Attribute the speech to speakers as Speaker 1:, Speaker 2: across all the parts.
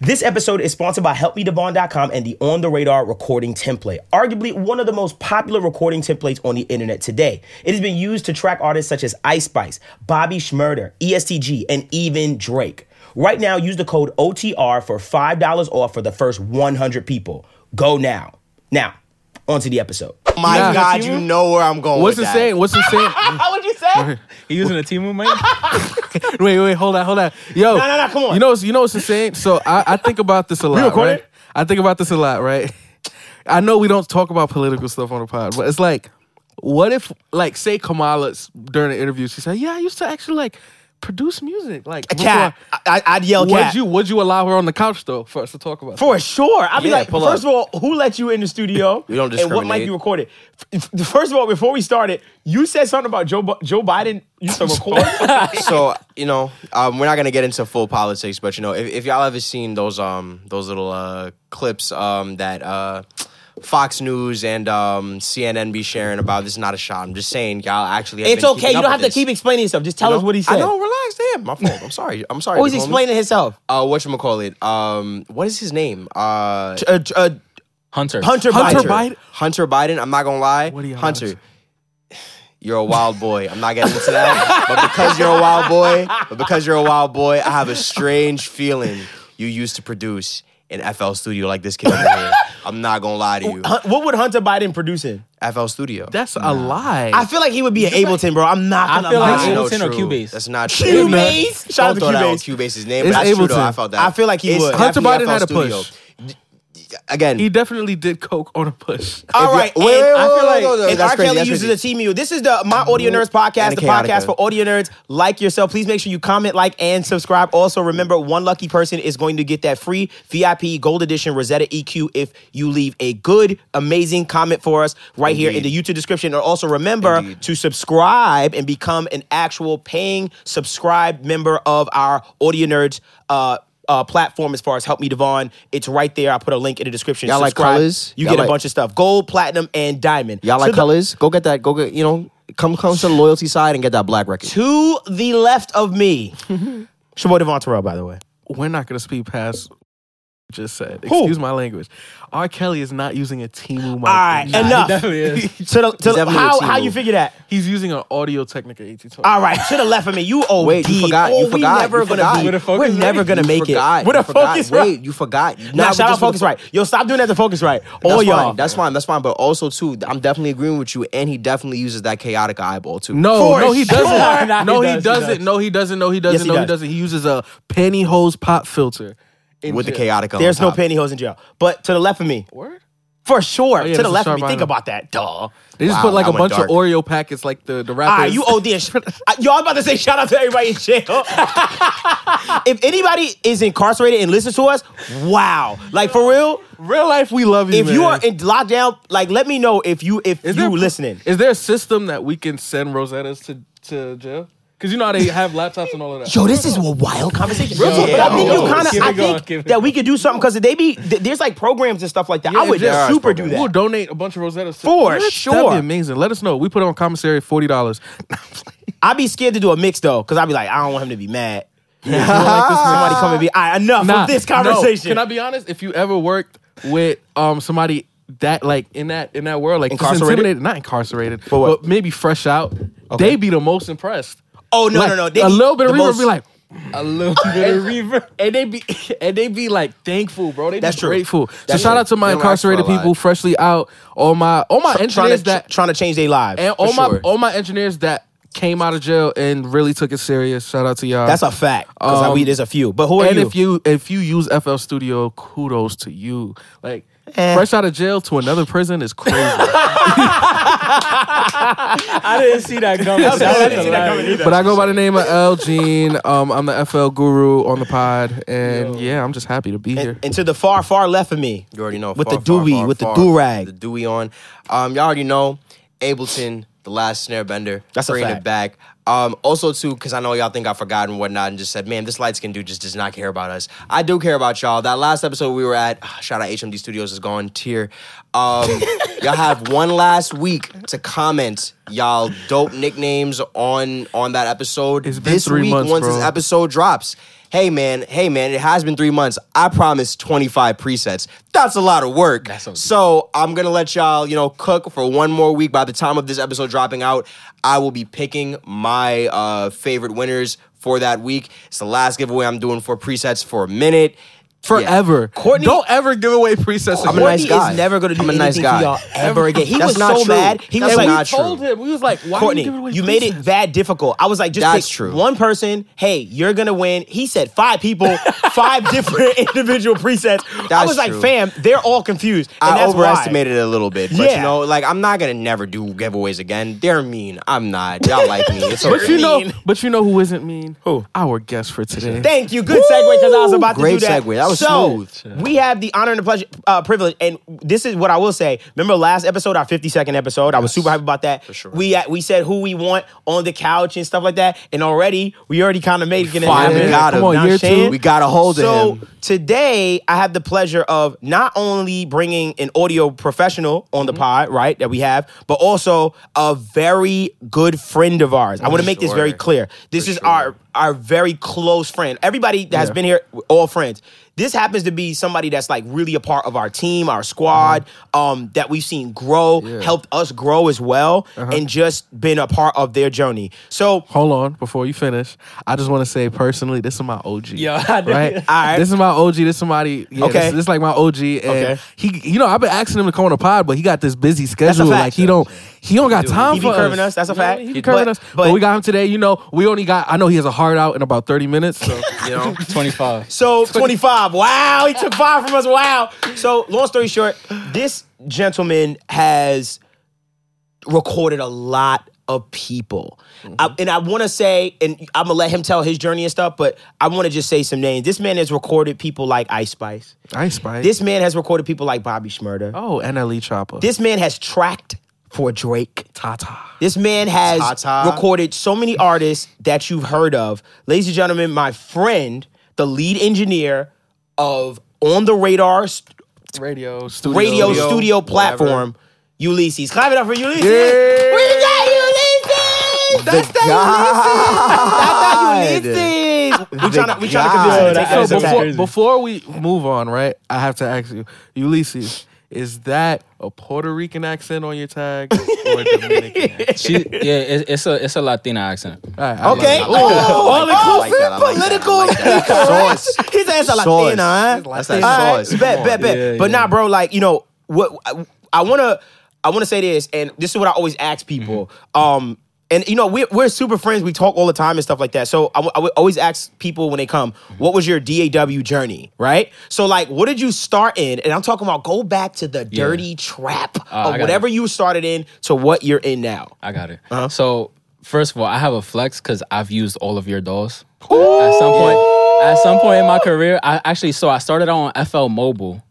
Speaker 1: This episode is sponsored by HelpMeDevon.com and the On the Radar recording template, arguably one of the most popular recording templates on the internet today. It has been used to track artists such as Ice Spice, Bobby E Schmurder, ESTG, and even Drake. Right now, use the code OTR for $5 off for the first 100 people. Go now. Now, on to the episode.
Speaker 2: My
Speaker 3: Nah.
Speaker 2: God, you know where I'm going.
Speaker 3: What's
Speaker 2: with
Speaker 3: the
Speaker 2: that.
Speaker 3: saying? What's the saying?
Speaker 1: How would you say?
Speaker 4: He using a Timu mic?
Speaker 3: wait, wait, hold on, hold on. Yo,
Speaker 1: No, no, no, come on.
Speaker 3: You know, what's- you know what's the saying? So I, I think about this a lot,
Speaker 4: recording?
Speaker 3: right? I think about this a lot, right? I know we don't talk about political stuff on the pod, but it's like, what if, like, say Kamala's during the interview, she said, "Yeah, I used to actually like produce music, like
Speaker 2: A cat. I, I'd yell
Speaker 3: Before, would
Speaker 2: cat.
Speaker 3: you would you allow her on the couch though for us to talk about?
Speaker 1: For sure. I'd be
Speaker 2: Yeah,
Speaker 1: like,
Speaker 2: pull
Speaker 1: first of
Speaker 2: up.
Speaker 1: all, who let you in the studio?
Speaker 2: We don't
Speaker 1: And what might
Speaker 2: discriminate.
Speaker 1: be recorded? F- f- First of all, before we started, you said something about Joe, B- Joe Biden used to record.
Speaker 2: so you know, um, we're not gonna get into full politics, but you know, if, if y'all ever seen those um those little uh clips um that uh Fox News and um CNN be sharing about this is not a shot. I'm just saying, y'all actually. Have
Speaker 1: it's
Speaker 2: been
Speaker 1: okay.
Speaker 2: keeping
Speaker 1: You
Speaker 2: up
Speaker 1: don't
Speaker 2: with
Speaker 1: have to
Speaker 2: this,
Speaker 1: keep explaining yourself. Just tell
Speaker 2: you know?
Speaker 1: us what he said.
Speaker 2: I know. Relax. Damn, my fault. I'm sorry. I'm sorry.
Speaker 1: Oh, he's
Speaker 2: homie.
Speaker 1: explaining himself.
Speaker 2: Uh, what's call Um, what is his name? Uh,
Speaker 1: Uh, uh,
Speaker 4: Hunter.
Speaker 1: Hunter,
Speaker 3: Hunter
Speaker 1: Biden.
Speaker 3: Biden.
Speaker 2: Hunter Biden. I'm not gonna lie.
Speaker 3: What are y'all
Speaker 2: Hunter,
Speaker 3: doing?
Speaker 2: you're a wild boy. I'm not getting into that. but because you're a wild boy, but because you're a wild boy, I have a strange feeling you used to produce an FL studio like this kid over here. I'm not gonna lie to you.
Speaker 1: Hun- Uh, What would Hunter Biden produce in?
Speaker 2: FL studio.
Speaker 3: That's a lie.
Speaker 1: I feel like he would be an Ableton, bro. I'm not gonna
Speaker 4: I feel
Speaker 1: lie.
Speaker 4: like
Speaker 2: That's not
Speaker 4: Ableton or
Speaker 2: true.
Speaker 4: Cubase?
Speaker 2: That's not true.
Speaker 1: Cubase. Shout out
Speaker 2: Don't
Speaker 1: to
Speaker 2: throw that on
Speaker 1: Cubase.
Speaker 2: Cubase's name,
Speaker 3: It's
Speaker 2: but that's true though.
Speaker 3: Ableton.
Speaker 2: I felt that.
Speaker 1: I feel like he
Speaker 2: It's
Speaker 1: would.
Speaker 3: Hunter
Speaker 2: definitely
Speaker 3: Biden
Speaker 2: FL
Speaker 3: had a
Speaker 2: studio.
Speaker 3: push.
Speaker 2: Again,
Speaker 3: he definitely did coke on a push.
Speaker 1: All right,
Speaker 2: wait, wait,
Speaker 1: and I
Speaker 2: wait,
Speaker 1: feel
Speaker 2: wait,
Speaker 1: like
Speaker 2: wait, wait, wait,
Speaker 1: if
Speaker 2: that's
Speaker 1: R.
Speaker 2: crazy,
Speaker 1: Kelly
Speaker 2: that's
Speaker 1: uses a
Speaker 2: crazy.
Speaker 1: TMU, this is the My Audio Nerds podcast,
Speaker 2: And
Speaker 1: the
Speaker 2: a chaotica.
Speaker 1: podcast for audio nerds like yourself. Please make sure you comment, like, and subscribe. Also, remember, one lucky person is going to get that free VIP Gold Edition Rosetta EQ if you leave a good, amazing comment for us right here in the YouTube description. And also remember
Speaker 2: Indeed.
Speaker 1: to subscribe and become an actual paying subscribed member of our Audio Nerds. Uh, uh, platform as far as help me Devon, it's right there. I put a link in the description.
Speaker 2: Y'all like
Speaker 1: Subscribe.
Speaker 2: colors?
Speaker 1: You
Speaker 2: Y'all
Speaker 1: get a
Speaker 2: like-
Speaker 1: bunch of stuff: gold, platinum, and diamond.
Speaker 2: y'all
Speaker 1: To
Speaker 2: like
Speaker 1: the-
Speaker 2: colors? Go get that. Go get you know. Come come to the loyalty side and get that black record.
Speaker 1: To the left of me, it's your boy Devon Terrell, by the way.
Speaker 3: we're not gonna speed past what you just said.
Speaker 1: Who?
Speaker 3: Excuse my language. R. Kelly is not using a Timu
Speaker 2: Oh,
Speaker 3: mic.
Speaker 1: right,
Speaker 3: He's-
Speaker 4: Nah, he
Speaker 1: Enough.
Speaker 4: definitely is.
Speaker 1: To the, to the
Speaker 2: definitely a
Speaker 1: how
Speaker 2: team
Speaker 1: how you
Speaker 2: move.
Speaker 1: figure that?
Speaker 3: He's using an Audio Technica 1820.
Speaker 1: All right, to the left of me, you old
Speaker 2: Wait, you forgot.
Speaker 1: Oh,
Speaker 2: you
Speaker 1: we
Speaker 2: forgot.
Speaker 1: never
Speaker 2: you
Speaker 1: gonna
Speaker 2: forgot.
Speaker 1: be.
Speaker 4: With a focus
Speaker 1: we're
Speaker 4: right?
Speaker 1: never gonna
Speaker 2: You
Speaker 1: make
Speaker 2: forgot.
Speaker 1: it. With
Speaker 2: You
Speaker 1: a
Speaker 2: forgot.
Speaker 1: focus right.
Speaker 2: Wait, you forgot.
Speaker 1: Nah,
Speaker 2: but
Speaker 1: shout out
Speaker 2: just with
Speaker 1: focus
Speaker 2: the-
Speaker 1: right. Yo, stop doing that to focus right.
Speaker 2: That's
Speaker 1: All
Speaker 2: fine.
Speaker 1: y'all.
Speaker 2: That's fine. That's fine. But also too, I'm definitely agreeing with you. And he definitely uses that chaotic eyeball too.
Speaker 3: No,
Speaker 1: For
Speaker 3: no, he doesn't.
Speaker 1: sure.
Speaker 4: Nah, he
Speaker 3: no, he
Speaker 4: does, he
Speaker 3: doesn't.
Speaker 4: does.
Speaker 3: No, he doesn't. No, he doesn't.
Speaker 1: Yes, he
Speaker 3: no, he
Speaker 1: does.
Speaker 3: doesn't. He uses a pantyhose pop filter. in
Speaker 2: with the
Speaker 3: jail.
Speaker 2: chaotic. on
Speaker 1: There's no
Speaker 2: top.
Speaker 1: pantyhose in jail. But to the left of me,
Speaker 3: Word?
Speaker 1: for
Speaker 2: Oh,
Speaker 1: sure.
Speaker 3: yeah,
Speaker 1: to the
Speaker 3: that's a
Speaker 1: left of me,
Speaker 3: sharp
Speaker 1: think
Speaker 3: item.
Speaker 1: about that. Duh.
Speaker 3: They just
Speaker 2: Wow,
Speaker 3: put like
Speaker 2: that
Speaker 3: a
Speaker 2: went
Speaker 3: bunch
Speaker 2: dark.
Speaker 3: of Oreo packets, like the the
Speaker 1: All
Speaker 3: rappers.
Speaker 1: right, you owe this. I- Yo, I'm about to say shout out to everybody in jail. if anybody is incarcerated and listens to us, wow. Like for real,
Speaker 3: Real life, we love you.
Speaker 1: if you are
Speaker 3: man.
Speaker 1: in lockdown, like let me know if you if you
Speaker 3: there-
Speaker 1: listening.
Speaker 3: is there a system that we can send Rosettas to to jail? Because you know how they have laptops and all of that.
Speaker 1: Yo, this is a wild conversation. but I
Speaker 4: yeah,
Speaker 1: think
Speaker 4: yeah.
Speaker 1: you kind
Speaker 4: Keep
Speaker 1: of,
Speaker 4: it
Speaker 1: I
Speaker 4: going,
Speaker 1: think
Speaker 4: keep it
Speaker 1: that we could do something because they be th- there's like programs and stuff like that.
Speaker 3: Yeah,
Speaker 1: I would
Speaker 3: if there
Speaker 1: just
Speaker 3: are
Speaker 1: super do
Speaker 2: programs.
Speaker 1: that.
Speaker 3: We'll donate a bunch of Rosettas. To-
Speaker 1: For
Speaker 3: What?
Speaker 1: sure.
Speaker 3: that'd be amazing. Let us know. We put it on commissary forty dollars.
Speaker 1: I'd be scared to do a mix though because I'd be like, I don't want him to be mad. Somebody
Speaker 3: Somebody
Speaker 1: come and be, all right, enough
Speaker 3: Nah,
Speaker 1: of this
Speaker 3: no.
Speaker 1: conversation.
Speaker 3: Can I be honest? If you ever worked with um somebody that like in that in that world, like just
Speaker 1: Incarcerated?
Speaker 3: intimidated, not incarcerated, but,
Speaker 1: what?
Speaker 3: maybe fresh out, they be the most impressed.
Speaker 1: oh no,
Speaker 3: like,
Speaker 1: no, no. They
Speaker 3: a
Speaker 1: be
Speaker 3: little bit of
Speaker 1: the
Speaker 3: reverb
Speaker 1: most-
Speaker 3: be like,
Speaker 4: A little bit of reverb.
Speaker 3: and they be and they be like thankful, bro. They
Speaker 1: That's
Speaker 3: be
Speaker 1: true.
Speaker 3: grateful.
Speaker 1: That's
Speaker 3: so shout
Speaker 1: true.
Speaker 3: out to my
Speaker 2: They don't ask for a
Speaker 3: incarcerated
Speaker 2: lot.
Speaker 3: people, freshly out. All my all my
Speaker 1: trying
Speaker 3: engineers
Speaker 1: to
Speaker 3: that
Speaker 1: trying to change their lives.
Speaker 3: and
Speaker 1: for
Speaker 3: all my
Speaker 1: sure.
Speaker 3: all my engineers that came out of jail and really took it serious. Shout out to y'all.
Speaker 1: That's a fact. Because
Speaker 3: Um,
Speaker 1: we there's a few. But who are
Speaker 3: and
Speaker 1: you?
Speaker 3: if you if you use FL Studio, kudos to you. Like
Speaker 1: Eh.
Speaker 3: fresh out of jail to another prison is crazy.
Speaker 4: I didn't see that coming.
Speaker 1: I didn't
Speaker 4: That's
Speaker 1: see
Speaker 4: a
Speaker 1: that
Speaker 4: lie.
Speaker 1: coming either.
Speaker 3: but I go by the name of L Gene. Um, I'm the FL guru on the pod, and yeah, I'm just happy to be here.
Speaker 1: and, and to the far far left of me,
Speaker 2: You already know.
Speaker 1: with
Speaker 2: Far,
Speaker 1: the
Speaker 2: far,
Speaker 1: Dewey,
Speaker 2: far,
Speaker 1: with the
Speaker 2: far.
Speaker 1: do-rag.
Speaker 2: The Dewey on. Um, y'all already know. Ableton, the last snare bender.
Speaker 1: That's a
Speaker 2: bringing
Speaker 1: fact.
Speaker 2: it back. Um, also too, because I know y'all think I forgot and whatnot, and just said, man, this light skin dude just does not care about us. I do care about y'all. That last episode we were at, ah, shout out HMD Studios is gone tier. Um, y'all have one last week to comment y'all dope nicknames on on that episode.
Speaker 3: It's been
Speaker 2: this
Speaker 3: three
Speaker 2: week,
Speaker 3: months,
Speaker 2: once
Speaker 3: bro.
Speaker 2: this episode drops. hey man, hey man, it has been three months. I promised 25 presets. That's a lot of work.
Speaker 4: That's a-
Speaker 2: so I'm gonna let y'all, you know, cook for one more week. By the time of this episode dropping out, I will be picking my uh, favorite winners for that week. It's the last giveaway I'm doing for presets for a minute.
Speaker 3: Forever.
Speaker 1: Courtney-
Speaker 3: Don't ever give away presets.
Speaker 2: I'm a
Speaker 3: again.
Speaker 2: nice
Speaker 1: Courtney
Speaker 2: guy.
Speaker 1: is never going to do
Speaker 2: I'm a
Speaker 1: anything
Speaker 2: nice
Speaker 1: to
Speaker 2: guy.
Speaker 1: y'all ever again. He
Speaker 2: That's
Speaker 1: was
Speaker 2: not
Speaker 1: so
Speaker 2: true.
Speaker 1: mad. He was
Speaker 2: That's
Speaker 1: like,
Speaker 2: not
Speaker 3: We told
Speaker 2: true.
Speaker 3: him. We was like, why
Speaker 1: Courtney,
Speaker 3: are you giving away
Speaker 1: you made it
Speaker 3: presets?
Speaker 1: that difficult. I was like, just
Speaker 2: That's
Speaker 1: pick
Speaker 2: true.
Speaker 1: one person. Hey, you're gonna win. He said five people, five different individual presets. I
Speaker 2: That's
Speaker 1: was like,
Speaker 2: true.
Speaker 1: fam, they're all confused. And
Speaker 2: I
Speaker 1: that's why.
Speaker 2: overestimated it a little bit, but
Speaker 1: Yeah.
Speaker 2: you know, like I'm not gonna never do giveaways again. They're mean. I'm not. Y'all like me. It's okay.
Speaker 3: But you know,
Speaker 1: Mean.
Speaker 3: but you know who isn't mean?
Speaker 1: Who?
Speaker 3: Our guest for today.
Speaker 1: Thank you. Good segue because I was about to
Speaker 2: Great
Speaker 1: do that.
Speaker 2: segue. That was
Speaker 1: so,
Speaker 2: smooth.
Speaker 1: We have the honor and the pleasure, uh, privilege, and this is what I will say. Remember last episode, our fifty second episode. I was super hyped about that. For
Speaker 2: sure.
Speaker 1: We uh, we said who we want on the couch and stuff like that, and already we already kind of made it.
Speaker 2: Finally got him.
Speaker 1: Come on,
Speaker 2: Now
Speaker 1: year
Speaker 2: Shane,
Speaker 1: two.
Speaker 2: we got a hold of
Speaker 1: so
Speaker 2: him.
Speaker 1: today, I have the pleasure of not only bringing an audio professional on the
Speaker 2: Mm-hmm.
Speaker 1: pod, right, that we have, but also a very good friend of ours. I want to make this very
Speaker 2: sure.
Speaker 1: clear. This is
Speaker 2: sure.
Speaker 1: our our very close friend. Everybody that has been here, we're all friends. This happens to be somebody that's like really a part of our team, our squad,
Speaker 2: Uh-huh.
Speaker 1: um, that we've seen grow, helped us grow as well,
Speaker 2: Uh-huh.
Speaker 1: and just been a part of their journey. So
Speaker 3: Hold on, before you finish, I just want to say personally, this is my OG.
Speaker 4: Yeah, I do.
Speaker 3: right.
Speaker 1: right.
Speaker 3: This is my OG. This is somebody. Yeah,
Speaker 1: Okay.
Speaker 3: okay. This, this is like my OG, and
Speaker 1: Okay.
Speaker 3: he, you know, I've been asking him to come on the pod, but he got this busy schedule.
Speaker 1: fact.
Speaker 3: Like he don't, he don't got time
Speaker 1: he be
Speaker 3: for
Speaker 1: curving us. That's a
Speaker 3: You know,
Speaker 1: fact.
Speaker 3: He be curving
Speaker 1: But-
Speaker 3: us. But,
Speaker 1: but-
Speaker 3: we got him today. You know, we only got. I know he has a hard out in about thirty minutes. So
Speaker 2: you know.
Speaker 4: 25.
Speaker 1: So 25. Wow, he took five from us. Wow. So long story short, this gentleman has recorded a lot of people. I- and I want to say, and I'm going to let him tell his journey and stuff, but I want to just say some names. This man has recorded people like Ice Spice.
Speaker 3: Ice Spice.
Speaker 1: This man has recorded people like Bobby Schmurda.
Speaker 3: oh NLE Chopper.
Speaker 1: This man has tracked for Drake.
Speaker 3: Tata.
Speaker 1: This man has
Speaker 2: Ta-ta.
Speaker 1: recorded so many artists that you've heard of. Ladies and gentlemen, my friend, the lead engineer of On the Radar st-
Speaker 3: Radio studio.
Speaker 1: radio studio,
Speaker 2: Studio,
Speaker 1: platform, Ulysses. Clap it up for Ulysses.
Speaker 2: Yeah.
Speaker 1: We got Ulysses. That's the
Speaker 2: God.
Speaker 1: Ulysses. That's the Ulysses. We
Speaker 2: The
Speaker 1: trying to we trying to convince
Speaker 2: God.
Speaker 1: him to take that
Speaker 4: Yo, that
Speaker 3: So
Speaker 4: is
Speaker 1: attack.
Speaker 3: before,
Speaker 4: crazy.
Speaker 3: before we move on, right? I have to ask you, Ulysses, is that a Puerto Rican accent on your tag or a Dominican? accent?
Speaker 4: She, yeah, it, it's a it's a Latina accent.
Speaker 3: All right, I
Speaker 1: Okay.
Speaker 3: like
Speaker 1: Oh,
Speaker 3: that.
Speaker 1: all
Speaker 2: like
Speaker 1: inclusive
Speaker 2: that. I like that. I
Speaker 1: political.
Speaker 2: like that. Sauce.
Speaker 1: His ass a
Speaker 2: Sauce.
Speaker 1: Latina, huh?
Speaker 2: That's that
Speaker 1: All right,
Speaker 2: sauce. Come
Speaker 1: Bet,
Speaker 2: on.
Speaker 1: bet, bet.
Speaker 4: Yeah,
Speaker 1: But
Speaker 4: yeah.
Speaker 1: nah, bro. Like you know what? I, I wanna, I wanna say this, and this is what I always ask people.
Speaker 4: Mm-hmm.
Speaker 1: Um, and you know we're we're super friends. We talk all the time and stuff like that. So I, w- I would always ask people when they come,
Speaker 4: Mm-hmm.
Speaker 1: what was your DAW journey, right? So like, what did you start in? And I'm talking about go back to the dirty trap
Speaker 4: Ah, I
Speaker 1: of
Speaker 4: got
Speaker 1: whatever you started in to what you're in now.
Speaker 4: I got it. So first of all, I have a flex because I've used all of your dolls. At some point, at some point in my career, I actually so I started out on FL Mobile,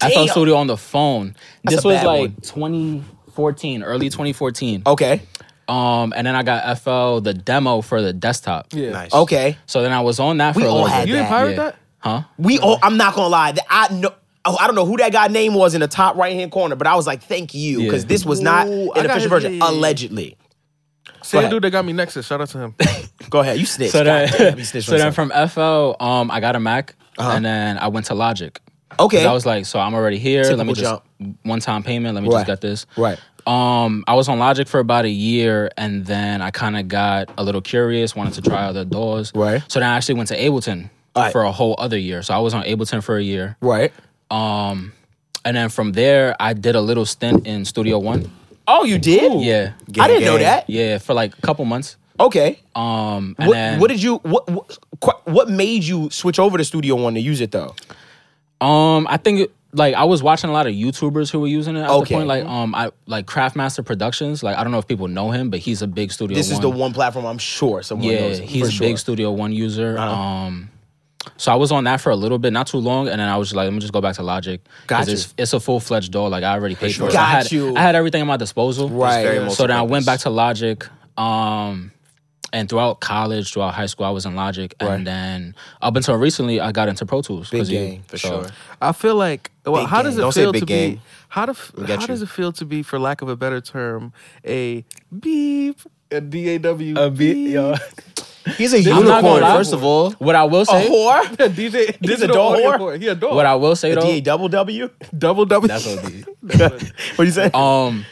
Speaker 1: Damn.
Speaker 4: FL Studio on the phone. this
Speaker 1: a
Speaker 4: was
Speaker 1: bad
Speaker 4: like
Speaker 1: one. Oh.
Speaker 4: 2014, early 2014.
Speaker 1: Okay.
Speaker 4: Um, and then I got FL the demo for the desktop.
Speaker 3: Yeah.
Speaker 2: Nice.
Speaker 1: Okay.
Speaker 4: So then I was on that for
Speaker 1: We
Speaker 4: a
Speaker 1: all
Speaker 4: little
Speaker 1: had
Speaker 4: bit.
Speaker 3: You didn't
Speaker 1: that.
Speaker 3: pirate
Speaker 4: Yeah.
Speaker 3: that?
Speaker 4: Huh?
Speaker 1: We all. I'm not gonna lie. th- I know. oh, I don't know who that guy name was in the top right hand corner, but I was like, "Thank you," because
Speaker 4: Yeah.
Speaker 1: this was not
Speaker 3: Ooh, I
Speaker 1: an
Speaker 3: got
Speaker 1: official
Speaker 3: his
Speaker 1: version.
Speaker 3: name.
Speaker 1: Allegedly,
Speaker 3: Same
Speaker 1: ahead.
Speaker 3: dude that got me Nexus. Shout out to him.
Speaker 1: go ahead. You snitched.
Speaker 4: So then,
Speaker 1: God damn, you snitched
Speaker 4: so then
Speaker 1: myself.
Speaker 4: from FL, um, I got a Mac, and then I went to Logic. 'Cause
Speaker 1: okay,
Speaker 4: I was like, so I'm already here. let me
Speaker 1: Typical
Speaker 4: just one time payment. Let me
Speaker 1: Right.
Speaker 4: just get this.
Speaker 1: Right.
Speaker 4: Um, I was on Logic for about a year, and then I kind of got a little curious, wanted to try other doors.
Speaker 1: Right.
Speaker 4: So then I actually went to Ableton
Speaker 1: Alright.
Speaker 4: for a whole other year. So I was on Ableton for a year,
Speaker 1: right.
Speaker 4: and then from there I did a little stint in Studio One.
Speaker 1: Oh, you did?
Speaker 4: Yeah.
Speaker 1: I didn't know
Speaker 2: gang.
Speaker 1: that.
Speaker 4: Yeah, for like a couple months.
Speaker 1: Okay.
Speaker 4: Um, and
Speaker 1: what,
Speaker 4: then,
Speaker 1: what did you? What, what? qu- What made you switch over to Studio One to use it though?
Speaker 4: Um, I think it- like I was watching a lot of YouTubers who were using it at
Speaker 1: Okay.
Speaker 4: the point. Like um, I like Craftmaster Productions. Like I don't know if people know him, but he's a big Studio.
Speaker 1: This
Speaker 4: one.
Speaker 1: is the one platform I'm sure someone
Speaker 4: Yeah,
Speaker 1: knows.
Speaker 4: he's
Speaker 1: for
Speaker 4: a
Speaker 1: sure. Uh-huh.
Speaker 4: big Studio One user. Um, so I was on that for a little bit, not too long, and then I was just like, let me just go back to Logic. 'Cause
Speaker 1: Gotcha.
Speaker 4: It's, it's a full fledged door. Like I already paid for it.
Speaker 1: Got
Speaker 4: So I had,
Speaker 1: you.
Speaker 4: I had everything at my disposal.
Speaker 1: Right.
Speaker 2: very
Speaker 4: So then I
Speaker 2: multi-purpose.
Speaker 4: went back to Logic. Um, and throughout college, throughout high school, I was in Logic, and then up until recently, I got into Pro Tools.
Speaker 1: Big
Speaker 4: 'cause you-
Speaker 1: gang,
Speaker 2: For
Speaker 4: so-
Speaker 2: sure.
Speaker 3: I feel like. Well,
Speaker 2: Big
Speaker 3: how does
Speaker 2: game.
Speaker 3: it
Speaker 2: Don't say
Speaker 3: feel
Speaker 2: big
Speaker 3: to
Speaker 2: game.
Speaker 3: be? How, to, f-
Speaker 2: get
Speaker 3: how
Speaker 2: you.
Speaker 3: does it feel to be, for lack of a better term, a beep, a DAW?
Speaker 4: A beep, yo.
Speaker 2: He's a
Speaker 4: I'm not gonna
Speaker 2: unicorn,
Speaker 4: lie.
Speaker 2: first of all.
Speaker 4: What I will say,
Speaker 3: whore? DJ,
Speaker 1: a
Speaker 3: digital
Speaker 1: dog
Speaker 3: audio
Speaker 1: whore?
Speaker 3: He a dog.
Speaker 4: what I will say
Speaker 1: The D A
Speaker 4: though,
Speaker 1: double W.
Speaker 3: double double.
Speaker 4: that's what it is.
Speaker 1: What you say?
Speaker 4: Um,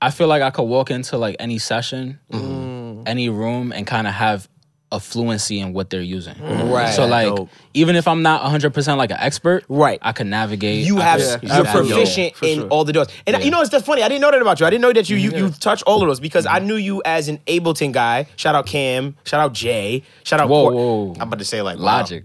Speaker 4: I feel like I could walk into like any session,
Speaker 2: Mm.
Speaker 4: any room, and kind of have a fluency in what they're using.
Speaker 2: Mm. Right.
Speaker 4: So like,
Speaker 2: Dope.
Speaker 4: even if I'm not 100 percent like an expert,
Speaker 2: Right.
Speaker 4: I can navigate.
Speaker 2: you
Speaker 4: I
Speaker 2: have
Speaker 4: could-
Speaker 3: Yeah,
Speaker 2: you're
Speaker 3: absolutely.
Speaker 2: proficient
Speaker 3: For
Speaker 2: in
Speaker 3: sure.
Speaker 2: all the doors. And you know, it's that's funny. I didn't know that about you. I didn't know that you you, you touch all of those because I
Speaker 4: Mm-hmm.
Speaker 2: knew you as an Ableton guy. Shout out Cam. Shout out Jay. Shout out.
Speaker 4: Whoa,
Speaker 2: Cor-
Speaker 4: whoa.
Speaker 2: I'm about to say like wow.
Speaker 4: logic.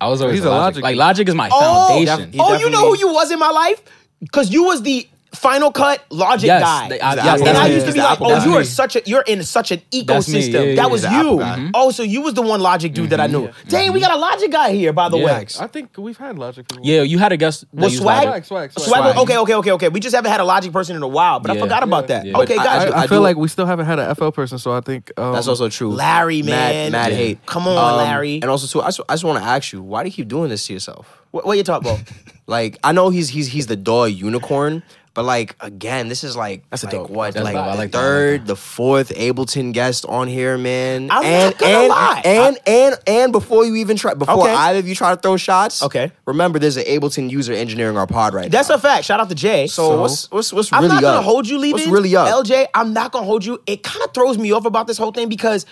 Speaker 4: I was always
Speaker 3: He's
Speaker 4: a
Speaker 3: a
Speaker 4: logic.
Speaker 3: Logic.
Speaker 4: Like logic is my
Speaker 2: Oh,
Speaker 4: foundation.
Speaker 2: oh, you know who you was in my life because you was the Final Cut Logic
Speaker 4: Yes,
Speaker 2: guy.
Speaker 4: the- I-
Speaker 2: and
Speaker 4: yes,
Speaker 3: that's
Speaker 2: I
Speaker 3: me.
Speaker 2: used to be
Speaker 3: He's the
Speaker 2: like,
Speaker 3: Apple
Speaker 2: oh,
Speaker 3: guy.
Speaker 2: you are such a you're in such an
Speaker 4: That's me,
Speaker 2: ecosystem.
Speaker 4: yeah, yeah,
Speaker 2: that was
Speaker 4: yeah.
Speaker 2: you. Also,
Speaker 4: He's the Apple Mm-hmm.
Speaker 2: Oh, so you was the one Logic dude that I knew. Dang, we got a Logic guy here, by the way.
Speaker 3: I think we've had logic people.
Speaker 4: yeah, you had a guest. that
Speaker 2: Well,
Speaker 4: used
Speaker 2: swag,
Speaker 4: logic.
Speaker 3: Swag, swag, swag.
Speaker 2: Swag-
Speaker 4: Swag.
Speaker 2: Okay, okay, okay, okay. We just haven't had a Logic person in a while, but I
Speaker 4: Yeah.
Speaker 2: forgot about that.
Speaker 4: Yeah.
Speaker 2: Okay,
Speaker 4: But
Speaker 2: guys,
Speaker 3: I, I
Speaker 2: I
Speaker 3: feel
Speaker 2: do-
Speaker 3: like we still haven't had an FL person, so I think um,
Speaker 2: That's also true.
Speaker 1: Larry, man.
Speaker 2: Mad, mad
Speaker 1: Yeah.
Speaker 2: hate. Um,
Speaker 1: Come on, Larry.
Speaker 2: And also, too, I just, I just want to ask you, why do you keep doing this to yourself?
Speaker 1: What, what you talking about?
Speaker 2: Like, I know he's he's he's the dog unicorn, but like again, this is like that's
Speaker 1: a
Speaker 2: like
Speaker 1: dope.
Speaker 2: what
Speaker 4: That's
Speaker 2: like,
Speaker 4: dope. I
Speaker 2: the
Speaker 4: like that. I like
Speaker 2: third, the fourth Ableton guest on here, man.
Speaker 1: I'm not
Speaker 2: and,
Speaker 1: gonna
Speaker 2: and,
Speaker 1: lie.
Speaker 2: and and and before you even try, before
Speaker 1: Okay.
Speaker 2: either of you try to throw shots,
Speaker 1: Okay.
Speaker 2: Remember, there's an Ableton user engineering our pod right
Speaker 1: That's
Speaker 2: now.
Speaker 1: a fact. Shout out to Jay.
Speaker 2: so, what's what's what's
Speaker 1: I'm
Speaker 2: really
Speaker 1: not gonna
Speaker 2: up?
Speaker 1: hold you, leave
Speaker 2: What's really up?
Speaker 1: LJ, I'm not gonna hold you. It kind of throws me off about this whole thing because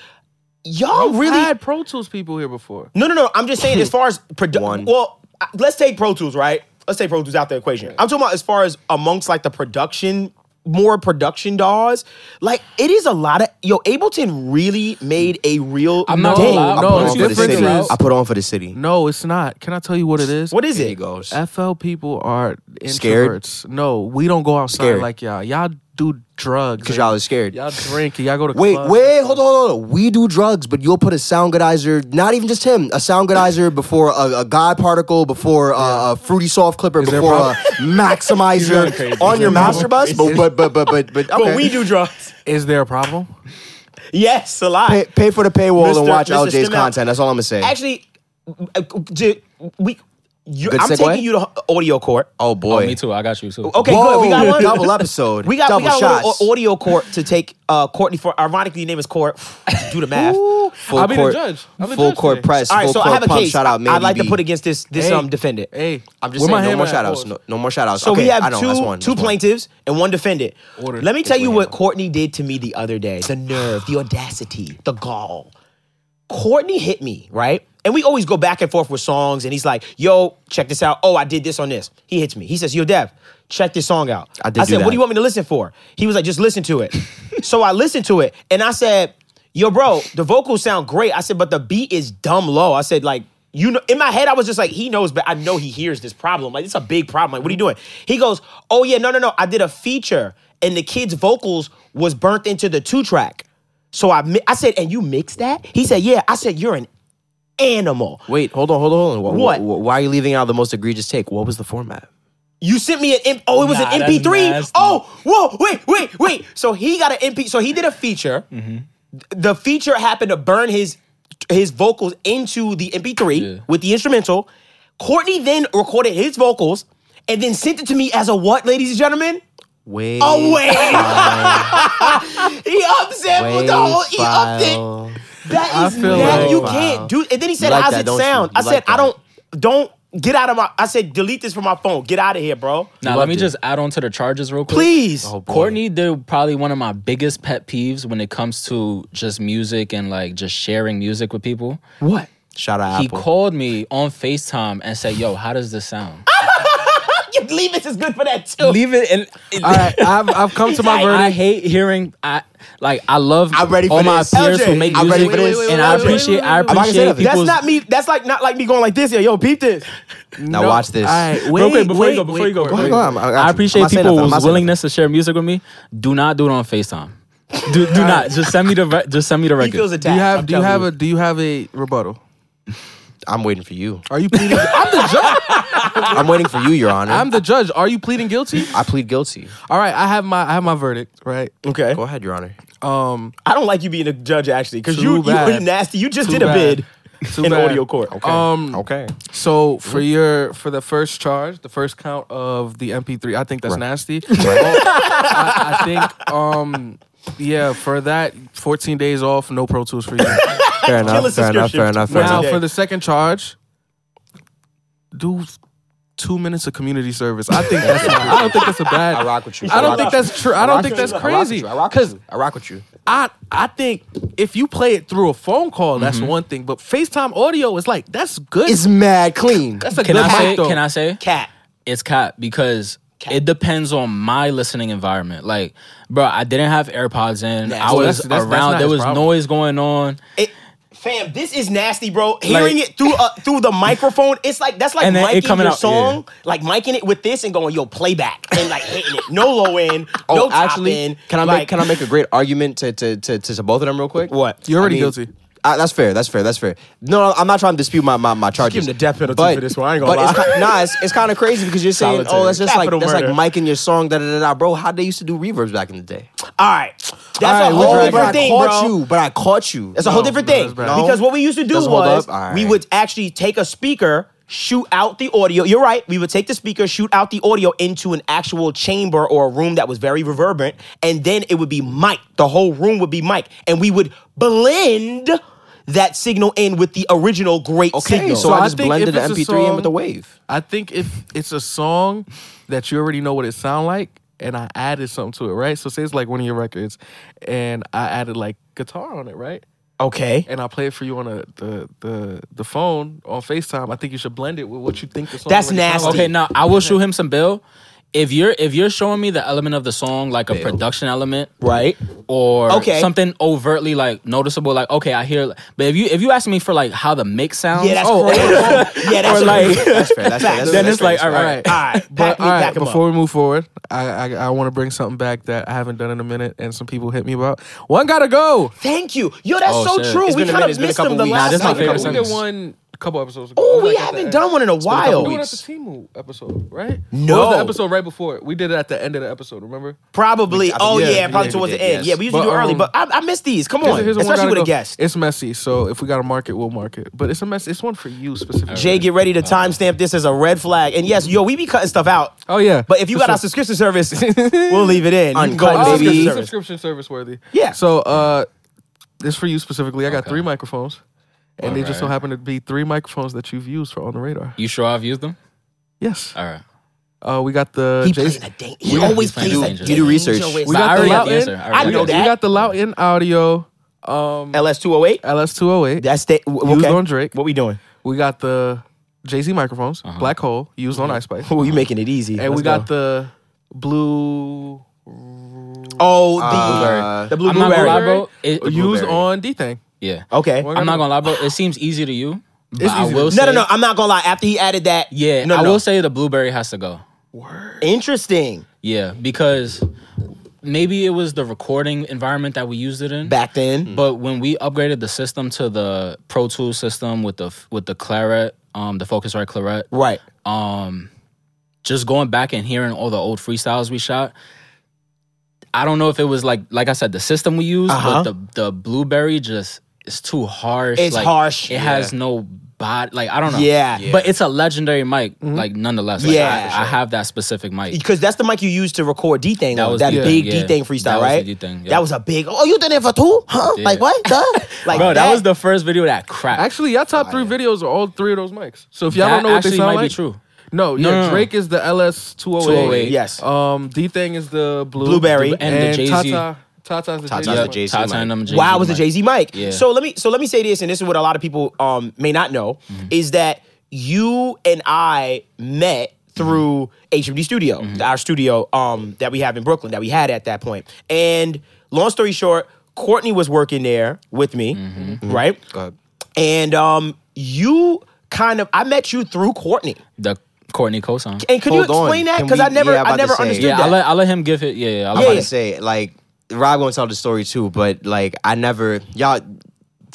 Speaker 1: y'all
Speaker 3: we've
Speaker 1: really
Speaker 3: had Pro Tools people here before.
Speaker 1: No, no, no. I'm just saying, as far as production,
Speaker 2: One.
Speaker 1: well, uh, let's take Pro Tools, right? Let's take Pro Tools out the equation. I'm talking about as far as amongst like the production, more production DAWs. Like it is a lot of yo. Ableton really made a real.
Speaker 4: I'm not
Speaker 1: thing.
Speaker 4: gonna lie.
Speaker 2: I
Speaker 3: No,
Speaker 2: put
Speaker 3: the
Speaker 2: on for the
Speaker 3: difference
Speaker 2: city.
Speaker 3: is-
Speaker 2: I put on for the city.
Speaker 3: No, it's not. Can I tell you what it is?
Speaker 1: What is
Speaker 2: There he
Speaker 1: it? Uh,
Speaker 2: goes.
Speaker 3: FL people are
Speaker 2: Scared?
Speaker 3: introverts. No, we don't go outside
Speaker 2: Scared.
Speaker 3: like y'all. Y'all do drugs.
Speaker 2: Because
Speaker 3: and
Speaker 2: y'all are scared.
Speaker 3: y'all drink. and Y'all go to
Speaker 2: Wait,
Speaker 3: clubs.
Speaker 2: wait, hold on, hold on. We do drugs, but you'll put a sound goodizer, not even just him, a sound goodizer before a, a God particle, before a, a fruity soft clipper,
Speaker 3: there a
Speaker 2: before a
Speaker 3: problem?
Speaker 2: maximizer on your master bus. But but but but but but, okay.
Speaker 1: But we do drugs.
Speaker 3: Is there a problem?
Speaker 1: Yes, a lot.
Speaker 2: pay, pay for the paywall
Speaker 1: Mr.
Speaker 2: and watch
Speaker 1: Mr.
Speaker 2: LJ's
Speaker 1: Stimel.
Speaker 2: content. That's all I'm gonna say.
Speaker 1: Actually, uh, j- we. You,
Speaker 2: Good
Speaker 1: I'm
Speaker 2: segue?
Speaker 1: taking you to audio court.
Speaker 2: oh
Speaker 4: Oh,
Speaker 2: boy.
Speaker 4: me too. I got you too.
Speaker 1: Okay,
Speaker 2: Whoa,
Speaker 1: good. We got one
Speaker 2: double episode.
Speaker 1: We got
Speaker 2: double
Speaker 1: we got
Speaker 2: shots.
Speaker 1: a little au- audio court to take uh, Courtney for. Ironically, the name is Court. Do the math.
Speaker 2: full
Speaker 3: I'll be the
Speaker 2: court,
Speaker 3: judge. I'm the
Speaker 2: full
Speaker 3: judge
Speaker 2: court
Speaker 3: today.
Speaker 2: press.
Speaker 1: All right,
Speaker 2: full
Speaker 1: so
Speaker 2: court
Speaker 1: I have a
Speaker 2: pump.
Speaker 1: case.
Speaker 2: Shout out,
Speaker 1: I'd like
Speaker 2: Mandy
Speaker 1: to put
Speaker 2: B.
Speaker 1: against this this
Speaker 3: Hey.
Speaker 1: um defendant.
Speaker 3: Hey,
Speaker 2: I'm just
Speaker 3: where my
Speaker 2: saying, no
Speaker 3: hammer
Speaker 2: more
Speaker 3: at,
Speaker 2: shout outs.
Speaker 3: boys?
Speaker 2: No, no more shout outs.
Speaker 1: So
Speaker 2: okay,
Speaker 1: we have
Speaker 2: I know,
Speaker 1: two
Speaker 2: that's one,
Speaker 1: two
Speaker 2: that's one.
Speaker 1: plaintiffs and one defendant.
Speaker 3: Order.
Speaker 1: Let me tell you
Speaker 2: one
Speaker 1: what
Speaker 2: handle.
Speaker 1: Courtney did to me the other day. The nerve, the audacity, the gall. Courtney hit me right, and we always go back and forth with songs. And he's like, "Yo, check this out. Oh, I did this on this." He hits me. He says, "Yo, Dev, check this song out."
Speaker 2: I did
Speaker 1: I
Speaker 2: do
Speaker 1: said, "What
Speaker 2: that.
Speaker 1: do you want me to listen for?" He was like, "Just listen to it." so I listened to it, and I said, "Yo, bro, the vocals sound great." I said, "But the beat is dumb low." I said, "Like." You know, in my head, I was just like, he knows, but I know he hears this problem. Like, it's a big problem. Like, what are you doing? He goes, Oh, yeah, no, no, no. I did a feature and the kid's vocals was burnt into the two track. So I, mi- I said, And you mixed that? He said, Yeah. I said, You're an animal.
Speaker 2: Wait, hold on, hold on, hold on. Wh-
Speaker 1: What?
Speaker 2: wh- wh- why are you leaving out the most egregious take? What was the format?
Speaker 1: You sent me an M- oh, it was
Speaker 4: Nah,
Speaker 1: an
Speaker 4: that's
Speaker 1: MP3.
Speaker 4: nasty.
Speaker 1: Oh, whoa, wait, wait, wait. So he got an MP. So he did a feature.
Speaker 2: Mm-hmm.
Speaker 1: The feature happened to burn his his vocals into the MP3
Speaker 4: Yeah.
Speaker 1: with the instrumental. Courtney then recorded his vocals and then sent it to me as a what, ladies and gentlemen?
Speaker 2: Wait.
Speaker 3: Oh,
Speaker 1: A wave. he upsampled
Speaker 3: oh,
Speaker 2: Wave
Speaker 1: the whole. He upped it.
Speaker 2: file.
Speaker 1: That is
Speaker 3: feel
Speaker 1: mad.
Speaker 3: like-
Speaker 1: you
Speaker 2: Wow.
Speaker 1: can't do. And then he said,
Speaker 2: like
Speaker 1: "How's
Speaker 2: that,
Speaker 1: it
Speaker 2: don't you?
Speaker 1: sound?"
Speaker 2: You
Speaker 1: I said,
Speaker 2: like
Speaker 1: "I
Speaker 2: that.
Speaker 1: don't. Don't get out of my." I said, "Delete this from my phone. Get out of here, bro."
Speaker 4: Now let
Speaker 2: loved
Speaker 4: me
Speaker 2: it.
Speaker 4: just add on to the charges real quick.
Speaker 1: Please.
Speaker 4: Courtney did probably one of my biggest pet peeves when it comes to just music and like just sharing music with people.
Speaker 1: What?
Speaker 2: Shout out
Speaker 4: He
Speaker 2: Apple.
Speaker 4: called me on FaceTime and said, Yo, how does this sound?
Speaker 1: You leave it is good for that too.
Speaker 4: Leave it and it,
Speaker 3: All right, I've, I've come to my
Speaker 1: He's like,
Speaker 3: verdict.
Speaker 4: Oh! I hate hearing I like I love
Speaker 2: I'm ready for
Speaker 4: all my
Speaker 2: this.
Speaker 4: peers
Speaker 1: LJ,
Speaker 4: who make
Speaker 2: I'm
Speaker 4: music
Speaker 2: ready for this.
Speaker 4: and I
Speaker 3: Wait, wait, wait,
Speaker 4: appreciate I
Speaker 3: wait, wait, wait, wait.
Speaker 2: I'm not gonna say
Speaker 4: appreciate
Speaker 2: nothing.
Speaker 1: That's
Speaker 4: people's
Speaker 1: not me. That's like not like me going like this. Yeah, yo, peep this.
Speaker 2: Now watch this.
Speaker 3: All right, wait,
Speaker 4: Real quick, before you
Speaker 3: wait,
Speaker 4: go, before
Speaker 3: wait,
Speaker 4: you go,
Speaker 3: Courtney.
Speaker 4: Wait,
Speaker 2: Go ahead, go ahead. I'm- I'm-
Speaker 4: I
Speaker 2: I'm
Speaker 4: appreciate
Speaker 2: not saying nothing. I'm not
Speaker 4: people's
Speaker 2: saying
Speaker 4: willingness to share music with me. Do not do it on FaceTime. Do, do not. Just send me the re- just send me the
Speaker 1: He
Speaker 4: record.
Speaker 1: feels attacked.
Speaker 3: Do you
Speaker 1: I'm
Speaker 3: have do you
Speaker 1: telling
Speaker 3: have a do you have a rebuttal?
Speaker 2: nothing. I'm waiting for you.
Speaker 3: Are you pleading? I'm the judge.
Speaker 2: I'm waiting for you, Your Honor.
Speaker 3: I'm the judge. Are you pleading guilty?
Speaker 2: I plead guilty.
Speaker 3: All right, I have my I have my verdict. Right.
Speaker 1: Okay.
Speaker 2: Go ahead, Your Honor.
Speaker 3: Um.
Speaker 1: I don't like you being a judge actually because
Speaker 3: Too
Speaker 1: you you
Speaker 3: bad.
Speaker 1: were nasty. You just
Speaker 3: Too
Speaker 1: did a
Speaker 3: bad.
Speaker 1: bid
Speaker 3: Too
Speaker 1: in
Speaker 3: bad.
Speaker 1: audio court. Okay.
Speaker 3: Um.
Speaker 2: Okay.
Speaker 3: So for your for the first charge, the first count of the MP3, I think that's nasty. I, I think um yeah for that, 14 days off, no Pro Tools for you.
Speaker 2: Fair
Speaker 1: Kill a
Speaker 2: enough. Fair enough.
Speaker 1: subscription
Speaker 2: Fair enough. Fair
Speaker 1: once a
Speaker 2: enough.
Speaker 3: Now
Speaker 1: day.
Speaker 3: for the second charge, do two minutes of community service. I think that's. I don't think that's a bad.
Speaker 2: I rock with you.
Speaker 3: I
Speaker 2: rock
Speaker 3: don't think
Speaker 2: with you.
Speaker 3: that's true. I
Speaker 2: I
Speaker 3: don't
Speaker 2: rock
Speaker 3: think
Speaker 2: with
Speaker 3: that's
Speaker 2: you. I rock with
Speaker 3: crazy.
Speaker 2: you. I rock with you. I rock with you.
Speaker 3: I I think if you play it through a phone call, that's one thing. But FaceTime audio is like that's good.
Speaker 2: It's mad clean.
Speaker 3: that's a
Speaker 4: Can
Speaker 3: good
Speaker 4: I
Speaker 3: mic,
Speaker 4: say?
Speaker 3: though.
Speaker 4: Can I say?
Speaker 2: cat.
Speaker 4: It's cap because it depends on my listening environment. Like, bro, I didn't have AirPods in.
Speaker 2: Nah,
Speaker 4: I
Speaker 2: so
Speaker 4: was
Speaker 3: that's- that's- that's
Speaker 4: around.
Speaker 3: not
Speaker 4: there
Speaker 3: his
Speaker 4: was
Speaker 3: problem.
Speaker 4: noise going on.
Speaker 1: It, fam, this is nasty, bro. Hearing it through uh, through the microphone, it's like that's like
Speaker 4: And then it
Speaker 1: miking
Speaker 4: coming
Speaker 1: your
Speaker 4: out-
Speaker 1: song, like miking it with this and going yo playback and like hitting it, no low end, no
Speaker 2: Oh,
Speaker 1: top
Speaker 2: actually,
Speaker 1: end.
Speaker 2: can I
Speaker 1: like,
Speaker 2: make can I make a great argument to to to, to, to both of them real quick?
Speaker 1: What?
Speaker 3: You're already
Speaker 2: I mean,
Speaker 3: guilty.
Speaker 2: I, that's fair. That's fair. That's fair. No, no, I'm not trying to dispute my my, my charges.
Speaker 3: him the death penalty for this one, I ain't gonna
Speaker 2: but It's,
Speaker 3: lie.
Speaker 2: ki- nah, it's, it's kind of crazy because you're saying,
Speaker 3: Solitary.
Speaker 2: oh, that's just
Speaker 1: Capital
Speaker 2: like that's
Speaker 1: murder.
Speaker 2: like mic in your song, da da da da. Bro, how they used to do reverbs back in the day.
Speaker 1: All right, that's
Speaker 3: right,
Speaker 1: a
Speaker 3: we're
Speaker 1: whole
Speaker 3: dragging.
Speaker 1: different thing,
Speaker 2: I
Speaker 1: bro.
Speaker 2: caught you, but I caught you.
Speaker 1: That's a whole different
Speaker 3: no,
Speaker 1: thing.
Speaker 3: that's bad.
Speaker 1: Because what we used to do
Speaker 2: Doesn't hold
Speaker 1: was
Speaker 2: up? All
Speaker 1: we
Speaker 2: right.
Speaker 1: would actually take a speaker, shoot out the audio. You're right. We would take the speaker, shoot out the audio into an actual chamber or a room that was very reverberant, and then it would be mic. The whole room would be mic, and we would blend that signal in with the original great
Speaker 2: Okay,
Speaker 1: signal.
Speaker 2: so,
Speaker 3: So
Speaker 2: I
Speaker 3: I
Speaker 2: just
Speaker 3: think
Speaker 2: blended
Speaker 3: if
Speaker 2: the
Speaker 3: it's a
Speaker 2: MP3 in
Speaker 3: song-
Speaker 2: with the wave.
Speaker 3: I think if it's a song that you already know what it sound like, and I added something to it, right? So say it's like one of your records, and I added like guitar on it, right?
Speaker 1: okay.
Speaker 3: And I play it for you on a, the the the phone on Facetime. I think you should blend it with what you think the song.
Speaker 1: That's
Speaker 3: already sound
Speaker 1: nasty.
Speaker 3: like.
Speaker 4: Okay, now I will shoot him some bill. If you're if you're showing me the element of the song, like a production element,
Speaker 1: Right.
Speaker 4: or
Speaker 1: Okay.
Speaker 4: something overtly like noticeable, like okay, I hear. But if you if you ask me for like how the mix sounds,
Speaker 1: Yeah, that's
Speaker 4: oh,
Speaker 1: great. yeah, that's
Speaker 4: or like,
Speaker 1: great.
Speaker 2: That's fair. That's fair. That's
Speaker 4: then
Speaker 2: fair, that's
Speaker 4: it's like all
Speaker 2: fair.
Speaker 4: right.
Speaker 1: All right,
Speaker 3: But
Speaker 1: pack me,
Speaker 3: all
Speaker 1: pack
Speaker 3: right,
Speaker 1: 'em up.
Speaker 3: before we move forward, I I, I want to bring something back that I haven't done in a minute, and some people hit me about. One gotta go.
Speaker 1: Thank you. Yo, that's
Speaker 4: Oh,
Speaker 1: so
Speaker 4: shit.
Speaker 1: true.
Speaker 4: It's
Speaker 1: we
Speaker 2: been a
Speaker 1: kind
Speaker 2: minute. It's
Speaker 1: of
Speaker 2: been a
Speaker 1: missed them
Speaker 2: couple
Speaker 1: the
Speaker 2: weeks.
Speaker 1: last
Speaker 4: Nah, this is my
Speaker 1: time.
Speaker 4: favorite
Speaker 3: We
Speaker 4: song.
Speaker 3: did one a couple episodes
Speaker 1: Oh,
Speaker 3: ago. It was
Speaker 1: we
Speaker 3: like at
Speaker 1: haven't
Speaker 3: the-
Speaker 1: done one in a
Speaker 3: it's been couple
Speaker 1: while.
Speaker 3: weeks. We did it at the Timu episode, right?
Speaker 1: No.
Speaker 3: What was the episode right before it? We did it at the end of the episode. Remember?
Speaker 1: Probably.
Speaker 2: I think-
Speaker 1: oh
Speaker 2: yeah,
Speaker 1: yeah,
Speaker 2: yeah,
Speaker 1: probably
Speaker 2: we
Speaker 1: towards
Speaker 2: did,
Speaker 1: the end.
Speaker 2: yes.
Speaker 1: Yeah, we used to
Speaker 3: But,
Speaker 1: do it early,
Speaker 3: um,
Speaker 1: but I, I missed these. Come
Speaker 3: Here's
Speaker 1: on,
Speaker 3: a- here's a one
Speaker 1: especially
Speaker 3: gotta
Speaker 1: with a
Speaker 3: go.
Speaker 1: guest.
Speaker 3: It's messy, so if we got to mark it, we'll mark it. But it's a mess. It's one for you specifically.
Speaker 1: Jay, get ready to timestamp this as a red flag. And yes, yo, we be cutting stuff out.
Speaker 3: Oh yeah.
Speaker 1: But if you
Speaker 3: For
Speaker 1: got our
Speaker 3: sure.
Speaker 1: subscription service, we'll leave it in. You can go
Speaker 2: Uncut,
Speaker 1: on
Speaker 3: Oh,
Speaker 1: the
Speaker 2: baby.
Speaker 1: subscription
Speaker 3: subscription-
Speaker 1: service.
Speaker 3: subscription service worthy.
Speaker 1: Yeah.
Speaker 3: So uh, this for you specifically. I got
Speaker 4: Okay.
Speaker 3: three microphones, and they just so
Speaker 4: Alright.
Speaker 3: happen to be three microphones that you've used for on the radar.
Speaker 4: You sure I've used them?
Speaker 3: Yes.
Speaker 4: All right.
Speaker 3: Uh, we got the
Speaker 1: He
Speaker 3: Jay's-
Speaker 1: plays a dang. He
Speaker 4: We got-
Speaker 1: always
Speaker 4: he's playing
Speaker 1: plays a
Speaker 4: danger.
Speaker 1: dangerous.
Speaker 4: You do
Speaker 2: research.
Speaker 3: We
Speaker 4: But I
Speaker 3: got the
Speaker 4: already got
Speaker 3: loud
Speaker 4: the
Speaker 3: in.
Speaker 4: answer. I already
Speaker 1: know
Speaker 3: we
Speaker 1: that.
Speaker 3: got the loud in audio. Um,
Speaker 1: LS two hundred eight.
Speaker 3: LS two hundred eight.
Speaker 1: That's the w-
Speaker 3: Used
Speaker 1: okay.
Speaker 3: on Drake.
Speaker 1: What we doing?
Speaker 3: We got the Jay Z microphones.
Speaker 4: Uh-huh.
Speaker 3: Black hole used on Ice Spice.
Speaker 1: Oh, you making it easy.
Speaker 3: And
Speaker 1: Let's
Speaker 3: we got
Speaker 1: go.
Speaker 3: the blue
Speaker 1: oh the
Speaker 2: Uh,
Speaker 1: the blue
Speaker 4: I'm not gonna lie,
Speaker 1: blueberry. Oh,
Speaker 4: bro. It-
Speaker 3: used
Speaker 2: blueberry.
Speaker 3: on D thing.
Speaker 4: yeah.
Speaker 1: Okay.
Speaker 4: I'm not gonna lie, bro. It seems easy to you. But
Speaker 3: It's
Speaker 4: I
Speaker 3: easy
Speaker 4: will
Speaker 3: to-
Speaker 4: say,
Speaker 1: No, no, no. I'm not gonna lie. After he added that,
Speaker 4: Yeah,
Speaker 1: no, no,
Speaker 4: I
Speaker 1: no.
Speaker 4: will say the blueberry has to go.
Speaker 1: interesting.
Speaker 4: Yeah, because maybe it was the recording environment that we used it in.
Speaker 1: Back then,
Speaker 4: But when we upgraded the system to the Pro Tools system with the with the Claret, um, the Focusrite Claret,
Speaker 1: right?
Speaker 4: um, just going back and hearing all the old freestyles we shot. I don't know if it was like like I said the system we used,
Speaker 1: Uh-huh.
Speaker 4: but the the blueberry just is too harsh.
Speaker 1: It's
Speaker 4: like,
Speaker 1: harsh.
Speaker 4: It has no body. Like I don't know.
Speaker 1: Yeah. Yeah.
Speaker 4: But it's a legendary mic. Like nonetheless. Like,
Speaker 1: Yeah.
Speaker 4: I, I have that specific mic.
Speaker 1: Because that's the mic you used to record D thing.
Speaker 4: That
Speaker 1: That,
Speaker 4: was
Speaker 1: that
Speaker 4: D
Speaker 1: big
Speaker 4: thing, yeah.
Speaker 1: D thing freestyle,
Speaker 4: That was
Speaker 1: right?
Speaker 4: the D thing, yeah.
Speaker 1: That was a big. Oh, you did it for two? Huh? Like what? Duh. Like
Speaker 4: Bro, that, was the first video that cracked.
Speaker 3: Actually, y'all top three videos are all three of those mics. So if y'all
Speaker 4: That
Speaker 3: don't know what they
Speaker 4: actually
Speaker 3: sound
Speaker 4: might be
Speaker 3: like,
Speaker 4: true.
Speaker 3: No,
Speaker 4: No, no,
Speaker 3: yeah,
Speaker 4: no.
Speaker 3: Drake is the LS two hundred
Speaker 4: 208.
Speaker 3: eight.
Speaker 1: Yes.
Speaker 3: Um, D thing is the blue
Speaker 1: Blueberry.
Speaker 4: And the Jay-Z.
Speaker 3: Tata. Tata's the
Speaker 2: Tata's
Speaker 3: Jay-Z.
Speaker 2: the Jay-Z.
Speaker 4: Ty
Speaker 2: mic.
Speaker 4: Ty and them Jay-Z
Speaker 1: wow, was a
Speaker 4: mic.
Speaker 1: Jay Z mic.
Speaker 4: Yeah.
Speaker 1: So let me so let me say this, and this is what a lot of people um may not know
Speaker 4: Mm-hmm.
Speaker 1: is that you and I met through
Speaker 4: Mm-hmm.
Speaker 1: HMD Studio, our studio um that we have in Brooklyn that we had at that point. And long story short, Courtney was working there with me,
Speaker 4: Mm-hmm.
Speaker 1: right?
Speaker 2: Go ahead.
Speaker 1: And um you kind of I met you through Courtney.
Speaker 4: the Courtney cosign.
Speaker 1: And could you
Speaker 2: Hold on.
Speaker 1: explain that?
Speaker 2: Can
Speaker 1: Because
Speaker 2: we-
Speaker 1: I never,
Speaker 2: yeah, I'm
Speaker 1: I
Speaker 2: about
Speaker 1: never
Speaker 2: to say.
Speaker 1: understood
Speaker 4: Yeah,
Speaker 1: that.
Speaker 4: I let I let him give it. Yeah, yeah. I
Speaker 2: I'm
Speaker 4: let
Speaker 2: about
Speaker 1: Yeah.
Speaker 2: to say, like, Rob won't tell the story too, but like, I never, y'all,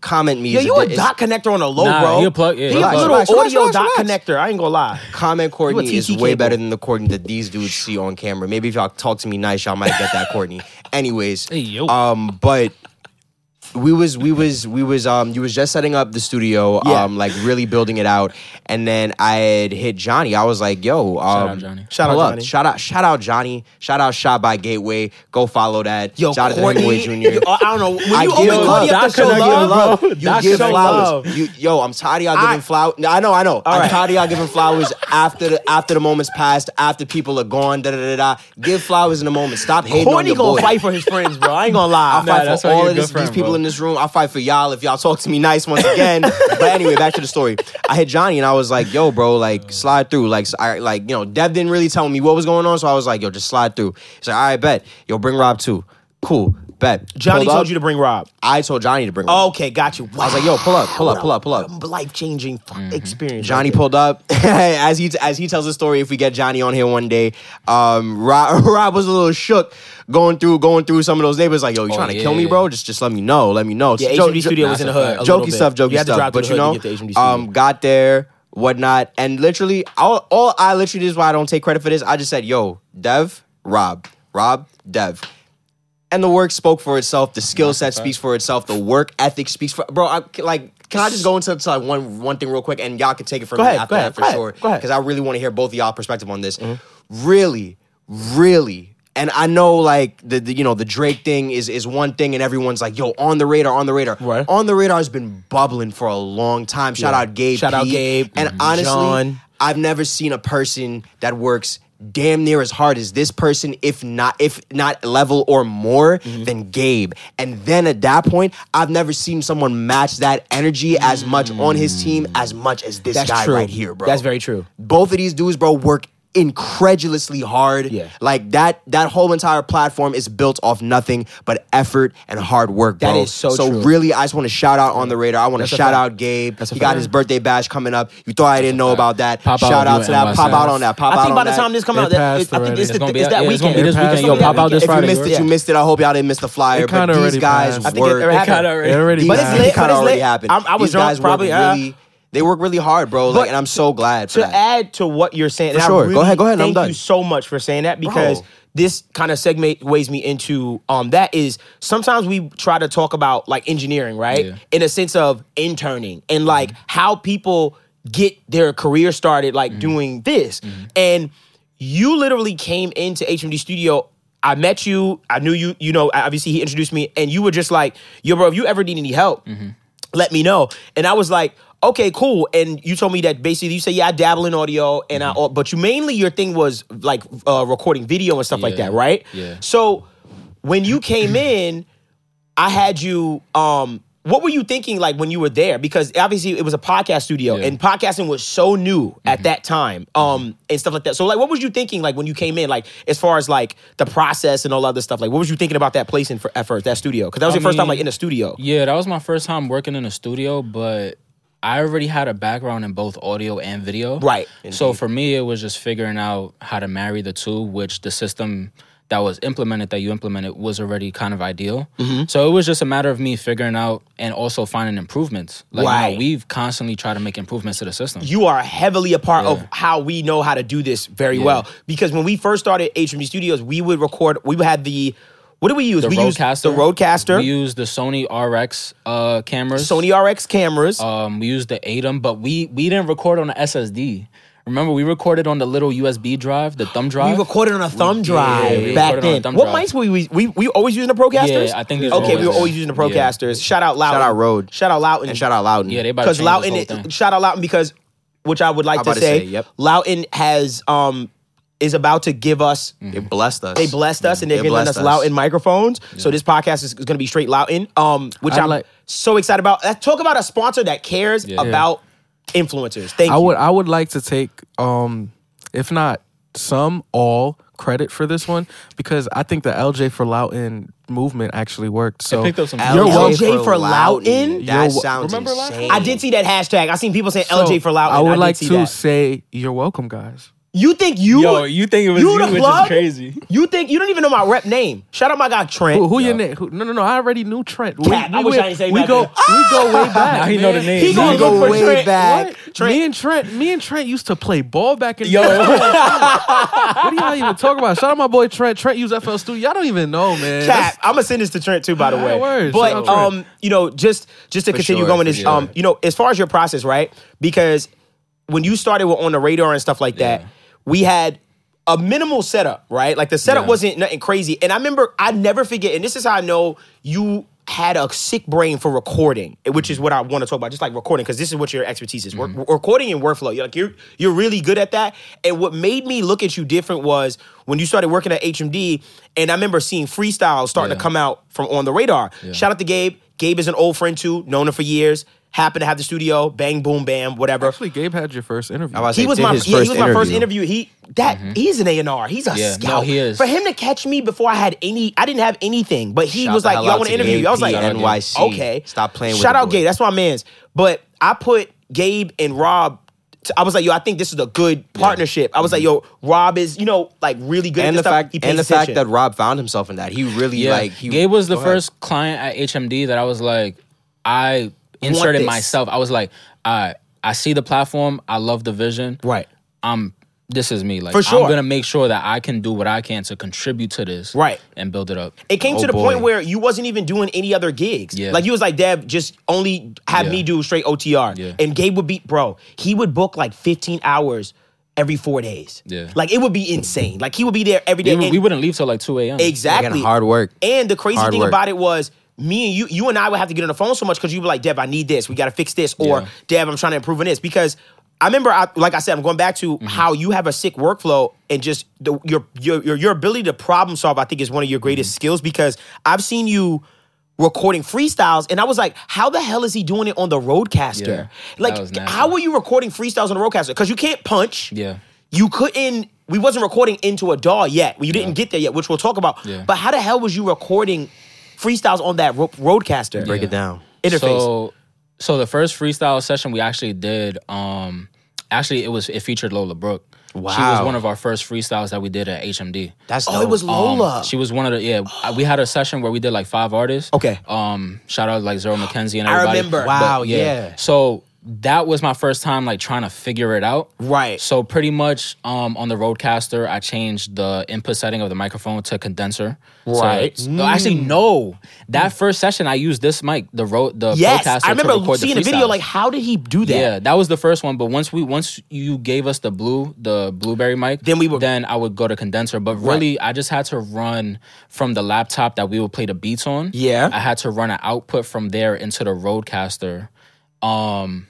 Speaker 2: comment me.
Speaker 1: yeah,
Speaker 2: is
Speaker 1: you a
Speaker 2: bit- is-
Speaker 1: dot connector on a low,
Speaker 4: Nah,
Speaker 1: bro.
Speaker 4: he a plug- yeah,
Speaker 1: He a
Speaker 4: he a plug.
Speaker 1: little
Speaker 2: Relax, relax,
Speaker 1: audio
Speaker 2: relax,
Speaker 1: dot
Speaker 2: relax.
Speaker 1: connector. I ain't gonna lie.
Speaker 2: Comment Courtney
Speaker 1: TT
Speaker 2: is way
Speaker 1: cable.
Speaker 2: better than the Courtney that these dudes see on camera. Maybe if y'all talk to me nice, y'all might get that Courtney. Anyways,
Speaker 4: yo.
Speaker 2: um, but we was we was we was um you was just setting up the studio
Speaker 1: Yeah.
Speaker 2: um like really building it out and then I had hit Johnny I was like yo um,
Speaker 4: out Johnny.
Speaker 1: Shout out
Speaker 2: pull up.
Speaker 1: Johnny.
Speaker 2: shout out shout out Johnny shout out shot by Gateway go follow that
Speaker 1: Yo,
Speaker 2: Jonathan
Speaker 1: Courtney,
Speaker 2: Hemingway Jr.
Speaker 1: I don't know. When
Speaker 2: I
Speaker 1: you
Speaker 2: give
Speaker 1: open
Speaker 2: love.
Speaker 1: Courtney up
Speaker 4: Doc
Speaker 1: to show
Speaker 4: Connect,
Speaker 1: love,
Speaker 2: love.
Speaker 1: you
Speaker 2: You
Speaker 1: give,
Speaker 2: give
Speaker 1: show
Speaker 2: flowers.
Speaker 1: love.
Speaker 2: You, yo, I'm tired of y'all giving flowers. I know, I know. I'm tired of y'all giving flowers after the after the moment's passed, after people are gone. Da da da da. Give flowers in the moment. Stop hating on
Speaker 1: Courtney
Speaker 2: your
Speaker 1: gonna
Speaker 2: boy.
Speaker 1: fight for his friends, bro. I ain't gonna lie.
Speaker 2: I fight
Speaker 4: that's
Speaker 2: for
Speaker 4: why
Speaker 2: all of
Speaker 4: you're a good
Speaker 2: this, these
Speaker 4: friend,
Speaker 2: people
Speaker 4: bro.
Speaker 2: in this room. I fight for y'all if y'all talk to me nice once again. but anyway, back to the story. I hit Johnny and I was like, "Yo, bro, like slide through." Like, s- I like you know, Dev didn't really tell me what was going on, so I was like, "Yo, just slide through." He's like, "All right, bet. Yo, bring Rob too. Cool, bet."
Speaker 1: Johnny
Speaker 2: Pulled
Speaker 1: told
Speaker 2: up.
Speaker 1: you to Oh, bring Rob.
Speaker 2: I told Johnny to bring. Rob.
Speaker 1: Okay, got you.
Speaker 2: I was like, "Yo, pull up, pull up, pull up, pull up."
Speaker 1: Life changing
Speaker 4: Mm-hmm.
Speaker 1: experience.
Speaker 2: Johnny pulled up as he as he tells the story. If we get Johnny on here one day, um, Rob, Rob was a little shook going through going through some of those neighbors. Like, yo, you trying to kill me,
Speaker 4: yeah.
Speaker 2: bro? Just just let me know. Let me know.
Speaker 1: Oh, Yeah,
Speaker 2: Jo-
Speaker 1: HMD
Speaker 2: jo-
Speaker 1: Studio was in the hood. a little
Speaker 2: jokey
Speaker 1: bit.
Speaker 2: stuff, jokey
Speaker 1: you had to drive
Speaker 2: stuff.
Speaker 1: through
Speaker 2: but
Speaker 1: the
Speaker 2: you
Speaker 1: hood
Speaker 2: know,
Speaker 1: to get to HMD
Speaker 2: um, got there, whatnot, and literally, all, all I literally this is why I don't take credit for this. I just said, "Yo, Dev, Rob, Rob, Dev." And the work spoke for itself. The skill set speaks for itself. The work ethic speaks for bro. I, like, can I just go into to, like one one thing real quick, and y'all can take it from me
Speaker 1: ahead,
Speaker 2: after
Speaker 1: go ahead,
Speaker 2: that for
Speaker 1: go ahead,
Speaker 2: sure,
Speaker 1: go ahead. Mm-hmm.
Speaker 2: because I really want to hear both of y'all perspective on this. Really, really, and I know like the, the you know the Drake thing is is one thing, and everyone's like, yo, on the radar, on the radar,
Speaker 1: Right.
Speaker 2: on the radar has been bubbling for a long time. Shout
Speaker 1: Yeah.
Speaker 2: out Gabe.
Speaker 1: Shout out
Speaker 2: P.
Speaker 1: Gabe.
Speaker 2: And
Speaker 1: Mhm.
Speaker 2: honestly,
Speaker 1: John.
Speaker 2: I've never seen a person that works damn near as hard as this person, if not if not level or more
Speaker 1: Mm-hmm.
Speaker 2: than Gabe. And then at that point, I've never seen someone match that energy as much on his team as much as this
Speaker 1: Mm. That's
Speaker 2: guy
Speaker 1: true.
Speaker 2: right here, bro.
Speaker 1: That's very true.
Speaker 2: Both of these dudes, bro, work incredulously hard.
Speaker 1: Yeah.
Speaker 2: Like that that whole entire platform is built off nothing but effort and hard work, bro.
Speaker 1: That is so
Speaker 2: so
Speaker 1: true.
Speaker 2: really I just want to shout out on the radar. I want to
Speaker 1: a
Speaker 2: shout
Speaker 1: fact.
Speaker 2: out Gabe.
Speaker 1: That's a
Speaker 2: he got
Speaker 1: fact.
Speaker 2: his birthday bash coming up. You thought I didn't know about that.
Speaker 4: Pop out
Speaker 2: shout
Speaker 4: on
Speaker 2: out to that.
Speaker 4: UNYC.
Speaker 2: Pop out on that. Pop
Speaker 1: I
Speaker 2: out
Speaker 1: think
Speaker 2: on
Speaker 1: by the
Speaker 2: that.
Speaker 1: time this come
Speaker 3: They
Speaker 1: out, that,
Speaker 3: passed
Speaker 1: I think
Speaker 3: already.
Speaker 1: it's, the,
Speaker 4: It's gonna be
Speaker 1: it's
Speaker 4: out-
Speaker 1: that
Speaker 4: yeah,
Speaker 1: weekend.
Speaker 4: it's gonna be this
Speaker 1: It's
Speaker 4: weekend.
Speaker 1: gonna
Speaker 4: Yo,
Speaker 1: be that
Speaker 4: pop out this
Speaker 2: If you
Speaker 4: Friday.
Speaker 2: missed it, you missed it. I hope y'all didn't miss the flyer.
Speaker 3: It
Speaker 2: But
Speaker 3: kinda
Speaker 2: these
Speaker 3: already
Speaker 2: guys,
Speaker 3: passed.
Speaker 1: I think it-
Speaker 2: work-
Speaker 1: it happened.
Speaker 4: Kinda already-
Speaker 3: It already
Speaker 2: these
Speaker 1: But it's
Speaker 3: passed.
Speaker 2: guys-
Speaker 1: late,
Speaker 2: it kinda
Speaker 1: but it's
Speaker 2: already
Speaker 1: late.
Speaker 2: happened.
Speaker 1: I'm- I was
Speaker 2: These guys
Speaker 1: drunk,
Speaker 2: work
Speaker 1: probably, uh,
Speaker 2: really- They work really hard, bro. Like,
Speaker 1: But
Speaker 2: and I'm so glad
Speaker 1: to
Speaker 2: for that.
Speaker 1: add to what you're saying, and I
Speaker 2: sure. Go
Speaker 1: really
Speaker 2: ahead, go ahead, I'm
Speaker 1: Thank
Speaker 2: done.
Speaker 1: you so much for saying that because
Speaker 2: Bro.
Speaker 1: this kind of segment weighs me into um that is sometimes we try to talk about like engineering, right?
Speaker 4: Yeah.
Speaker 1: In a sense of interning
Speaker 2: Mm-hmm.
Speaker 1: and like how people get their career started,
Speaker 2: Mm-hmm.
Speaker 1: like doing this. And you literally came into HMD Studio. I met you. I knew you. You know, obviously he introduced me, and you were just like, "Yo, bro, if you ever need any help."
Speaker 2: Mm-hmm.
Speaker 1: let me know. And I was like, okay, cool. And you told me that basically you say, yeah, I dabble in audio, and
Speaker 4: Mm-hmm.
Speaker 1: I, but you mainly your thing was like uh, recording video and stuff like
Speaker 4: Yeah.
Speaker 1: that, right?
Speaker 4: Yeah.
Speaker 1: So when you came in, I had you. um what were you thinking like when you were there? Because obviously it was a podcast studio
Speaker 4: Yeah. Mm-hmm.
Speaker 1: and podcasting was so new at that time um, and stuff like that. So like, what was you thinking like when you came in, like as far as like the process and all other stuff? Like, what was you thinking about that place in for at first, that studio? Because that was your first time
Speaker 4: mean,
Speaker 1: like in a studio.
Speaker 4: Yeah, that was my first time working in a studio, but I already had a background in both audio and video.
Speaker 1: Right.
Speaker 4: So for me, it was just figuring out how to marry the two, which the system that was implemented, that you implemented, was already kind of ideal.
Speaker 1: Mm-hmm.
Speaker 4: So it was just a matter of me figuring out and also finding improvements. Like, you know,
Speaker 1: Right.
Speaker 4: we've constantly tried to make improvements to the system.
Speaker 1: you are heavily a part of how we know how to do this very well. Because when we first started HMG Studios, we would record. We had the what did we use?
Speaker 4: the
Speaker 1: we used
Speaker 4: Rodecaster.
Speaker 1: the Rodecaster,
Speaker 4: We used the Sony RX uh, cameras.
Speaker 1: Sony RX cameras.
Speaker 4: Um, we used the ATEM, but we we didn't record on the SSD. Remember, we recorded on the little USB drive, the thumb
Speaker 1: we
Speaker 4: drive.
Speaker 1: recorded on a thumb
Speaker 4: yeah,
Speaker 1: drive
Speaker 4: we
Speaker 1: back
Speaker 4: recorded on a
Speaker 1: then.
Speaker 4: thumb
Speaker 1: what
Speaker 4: drive.
Speaker 1: mics were we, we we always using the Procasters?
Speaker 4: Yeah, I think these were
Speaker 1: okay, we were
Speaker 4: always-
Speaker 1: always using the
Speaker 4: yeah.
Speaker 1: Procasters. Shout out Loudon.
Speaker 2: Shout out Rode.
Speaker 1: Shout out Loudon.
Speaker 2: and shout out Loudon.
Speaker 4: yeah, they about
Speaker 1: because
Speaker 4: to change this
Speaker 1: Loudon.
Speaker 4: whole thing.
Speaker 1: Shout out Loudon because which I would like
Speaker 2: about
Speaker 1: to
Speaker 2: to
Speaker 1: say,
Speaker 2: say, yep.
Speaker 1: Loudon has um is about to give us
Speaker 2: They blessed us.
Speaker 1: They blessed us and they're
Speaker 2: They
Speaker 1: giving us
Speaker 2: blessed us.
Speaker 1: Loudon microphones. So this podcast is going to be straight Loudon, um, which
Speaker 3: I'd
Speaker 1: I'm
Speaker 3: like-
Speaker 1: so excited about. Uh, Talk about a sponsor that cares about influencers. Thank
Speaker 3: I
Speaker 1: you.
Speaker 3: would I would like to take um if not some all credit for this one because I think the LJ for Loughton movement actually worked. So
Speaker 4: picked up some-
Speaker 3: You're
Speaker 1: LJ
Speaker 3: welcome.
Speaker 1: for Loudon?
Speaker 2: That
Speaker 3: You're wel-
Speaker 2: sounds
Speaker 3: Remember last
Speaker 2: insane.
Speaker 1: I did see that hashtag. I seen people saying
Speaker 3: So,
Speaker 1: LJ for Loudon.
Speaker 3: I would
Speaker 1: did
Speaker 3: like
Speaker 1: see
Speaker 3: to
Speaker 1: that.
Speaker 3: say you're welcome, guys.
Speaker 1: You think you?
Speaker 4: Yo, you think it was you,
Speaker 1: the
Speaker 4: which is
Speaker 1: plug?
Speaker 4: crazy.
Speaker 1: You think you don't even know my rep name? Shout out my guy Trent.
Speaker 3: Who, who your name? Who, no, no, no. I already knew Trent. We, Ah!
Speaker 1: Cap, I wish I didn't say
Speaker 3: we go,
Speaker 1: nothing.
Speaker 3: we go way back.
Speaker 4: Now he know the
Speaker 3: man.
Speaker 4: name.
Speaker 1: He
Speaker 4: Now
Speaker 1: gonna
Speaker 4: he
Speaker 1: go
Speaker 4: know-
Speaker 1: for
Speaker 2: way
Speaker 1: Trent.
Speaker 2: back.
Speaker 1: What?
Speaker 3: Me and Trent, me and Trent used to play ball back in the day.
Speaker 4: Yo,
Speaker 3: What are y'all even talking about? Shout out my boy Trent. Trent used FL Studio. Y'all don't even know, man.
Speaker 1: Cap. I'm gonna send this to Trent too, by the way.
Speaker 3: Alright, word.
Speaker 1: But
Speaker 3: Shout out
Speaker 1: um, you know, just just to continue
Speaker 2: sure,
Speaker 1: going
Speaker 2: for
Speaker 1: is
Speaker 2: sure.
Speaker 1: um, you know, as far as your process, right? Because when you started with on the radar and stuff like that, we had a minimal setup, right? Like the setup
Speaker 4: Yeah.
Speaker 1: wasn't nothing crazy. And I remember I never forget, and this is how I know you had a sick brain for recording, which is what I want to talk about, just like recording, because this is what your expertise is. Work-
Speaker 4: Mm-hmm.
Speaker 1: recording and workflow. You're like you're you're really good at that. And what made me look at you different was when you started working at HMD, and I remember seeing freestyles starting to
Speaker 4: Yeah.
Speaker 1: come out from on the radar. Shout out to Gabe. Gabe is an old friend too, known him for years. Happened to have the studio, bang, boom, bam, whatever.
Speaker 3: Actually, Gabe had your first interview.
Speaker 2: about to
Speaker 1: He
Speaker 2: say,
Speaker 1: was
Speaker 2: did
Speaker 1: my yeah,
Speaker 2: his
Speaker 1: he was my first interview. He that he's an A and R. He's a
Speaker 4: Yeah, no,
Speaker 1: scout.
Speaker 4: he is.
Speaker 1: For him to catch me before I had any, I didn't have anything. But he
Speaker 2: Shout
Speaker 1: was
Speaker 2: the
Speaker 1: like,
Speaker 2: hell
Speaker 1: "Y'all
Speaker 2: out
Speaker 1: want to
Speaker 2: to
Speaker 1: interview?"
Speaker 2: Gabe
Speaker 1: I was like,
Speaker 2: P. NYC.
Speaker 1: Okay,
Speaker 2: Stop playing with
Speaker 1: Shout
Speaker 2: the
Speaker 1: out
Speaker 2: boy.
Speaker 1: Gabe. That's my man's. But I put Gabe and Rob. t- I was like, yo, I think this is a good partnership. I was like, yo, Rob is, you know, like really good.
Speaker 2: and
Speaker 1: at
Speaker 2: the
Speaker 1: this stuff.
Speaker 2: fact
Speaker 1: he pays
Speaker 2: and the
Speaker 1: attention.
Speaker 2: fact that Rob found himself in that he really
Speaker 4: yeah.
Speaker 2: like he
Speaker 4: Gabe was the
Speaker 2: Go ahead.
Speaker 4: first client at HMD that I was like, I inserted
Speaker 1: this.
Speaker 4: myself. I was like, I I see the platform. I love the vision.
Speaker 1: right,
Speaker 4: I'm. This is me. Like,
Speaker 1: For sure.
Speaker 4: I'm gonna make sure that I can do what I can to contribute to this.
Speaker 1: Right.
Speaker 4: And build it up.
Speaker 1: it came
Speaker 2: Oh,
Speaker 1: to the
Speaker 2: boy.
Speaker 1: point where you wasn't even doing any other gigs.
Speaker 4: Yeah.
Speaker 1: Like you was like, Deb, just only have
Speaker 4: Yeah.
Speaker 1: me do straight OTR.
Speaker 4: Yeah.
Speaker 1: And Gabe would be, bro, he would book like 15 hours every four days.
Speaker 4: Yeah.
Speaker 1: Like it would be insane. Like he would be there every day.
Speaker 4: we, would-
Speaker 1: And-
Speaker 4: we wouldn't leave till like 2 a.m.
Speaker 1: Exactly.
Speaker 2: Again, hard work.
Speaker 1: And the crazy
Speaker 2: Hard
Speaker 1: thing
Speaker 2: work.
Speaker 1: about it was me and you, you and I would have to get on the phone so much because you were like, Dev, I need this. We got to fix this. Or,
Speaker 4: Yeah.
Speaker 1: Dev, I'm trying to improve on this. Because I remember, I, like I said, I'm going back to
Speaker 4: Mm-hmm.
Speaker 1: how you have a sick workflow and just the, your, your, your, your ability to problem solve, I think, is one of your greatest
Speaker 4: Mm-hmm.
Speaker 1: skills because I've seen you recording freestyles and I was like, how the hell is he doing it on the Roadcaster?
Speaker 4: Yeah,
Speaker 1: like,
Speaker 4: that was nasty.
Speaker 1: how were you recording freestyles on the Roadcaster? Because you can't punch
Speaker 4: Yeah.
Speaker 1: you couldn't we wasn't recording into a DAW yet. You didn't get there yet, which we'll talk about.
Speaker 4: Yeah.
Speaker 1: But how the hell was you recording freestyles on that ro- roadcaster?
Speaker 2: break it down.
Speaker 1: Interface.
Speaker 4: So, so the first freestyle session we actually did, um, actually it was it featured Lola Brooke. She was
Speaker 2: Wow.
Speaker 4: one of our first freestyles that we did at HMD.
Speaker 2: That's
Speaker 1: oh, it
Speaker 2: dope.
Speaker 1: was Lola.
Speaker 4: Um, She was one of the yeah. I- We had a session where we did like five artists.
Speaker 1: Okay.
Speaker 4: Um, shout out like Zero McKenzie and
Speaker 1: I
Speaker 4: everybody.
Speaker 1: remember.
Speaker 2: Wow,
Speaker 4: But,
Speaker 2: yeah.
Speaker 4: So that was my first time like trying to figure it out.
Speaker 1: Right.
Speaker 4: So pretty much um, on the Roadcaster, I changed the input setting of the microphone to condenser. So-
Speaker 1: Right. Mm.
Speaker 4: no, actually, no. That first session, I used this mic, the road, the
Speaker 1: yes,
Speaker 4: Rodecaster
Speaker 1: I
Speaker 4: to
Speaker 1: remember
Speaker 4: record
Speaker 1: seeing
Speaker 4: the
Speaker 1: the video.
Speaker 4: freestyles.
Speaker 1: Like, how did he do that?
Speaker 4: Yeah, that was the first one. But once we once you gave us the blue, the blueberry mic,
Speaker 1: Then we would-
Speaker 4: then I would go to condenser. But really, I just had to run from the laptop that we would play the beats on.
Speaker 1: Yeah.
Speaker 4: I had to run an output from there into the roadcaster, um,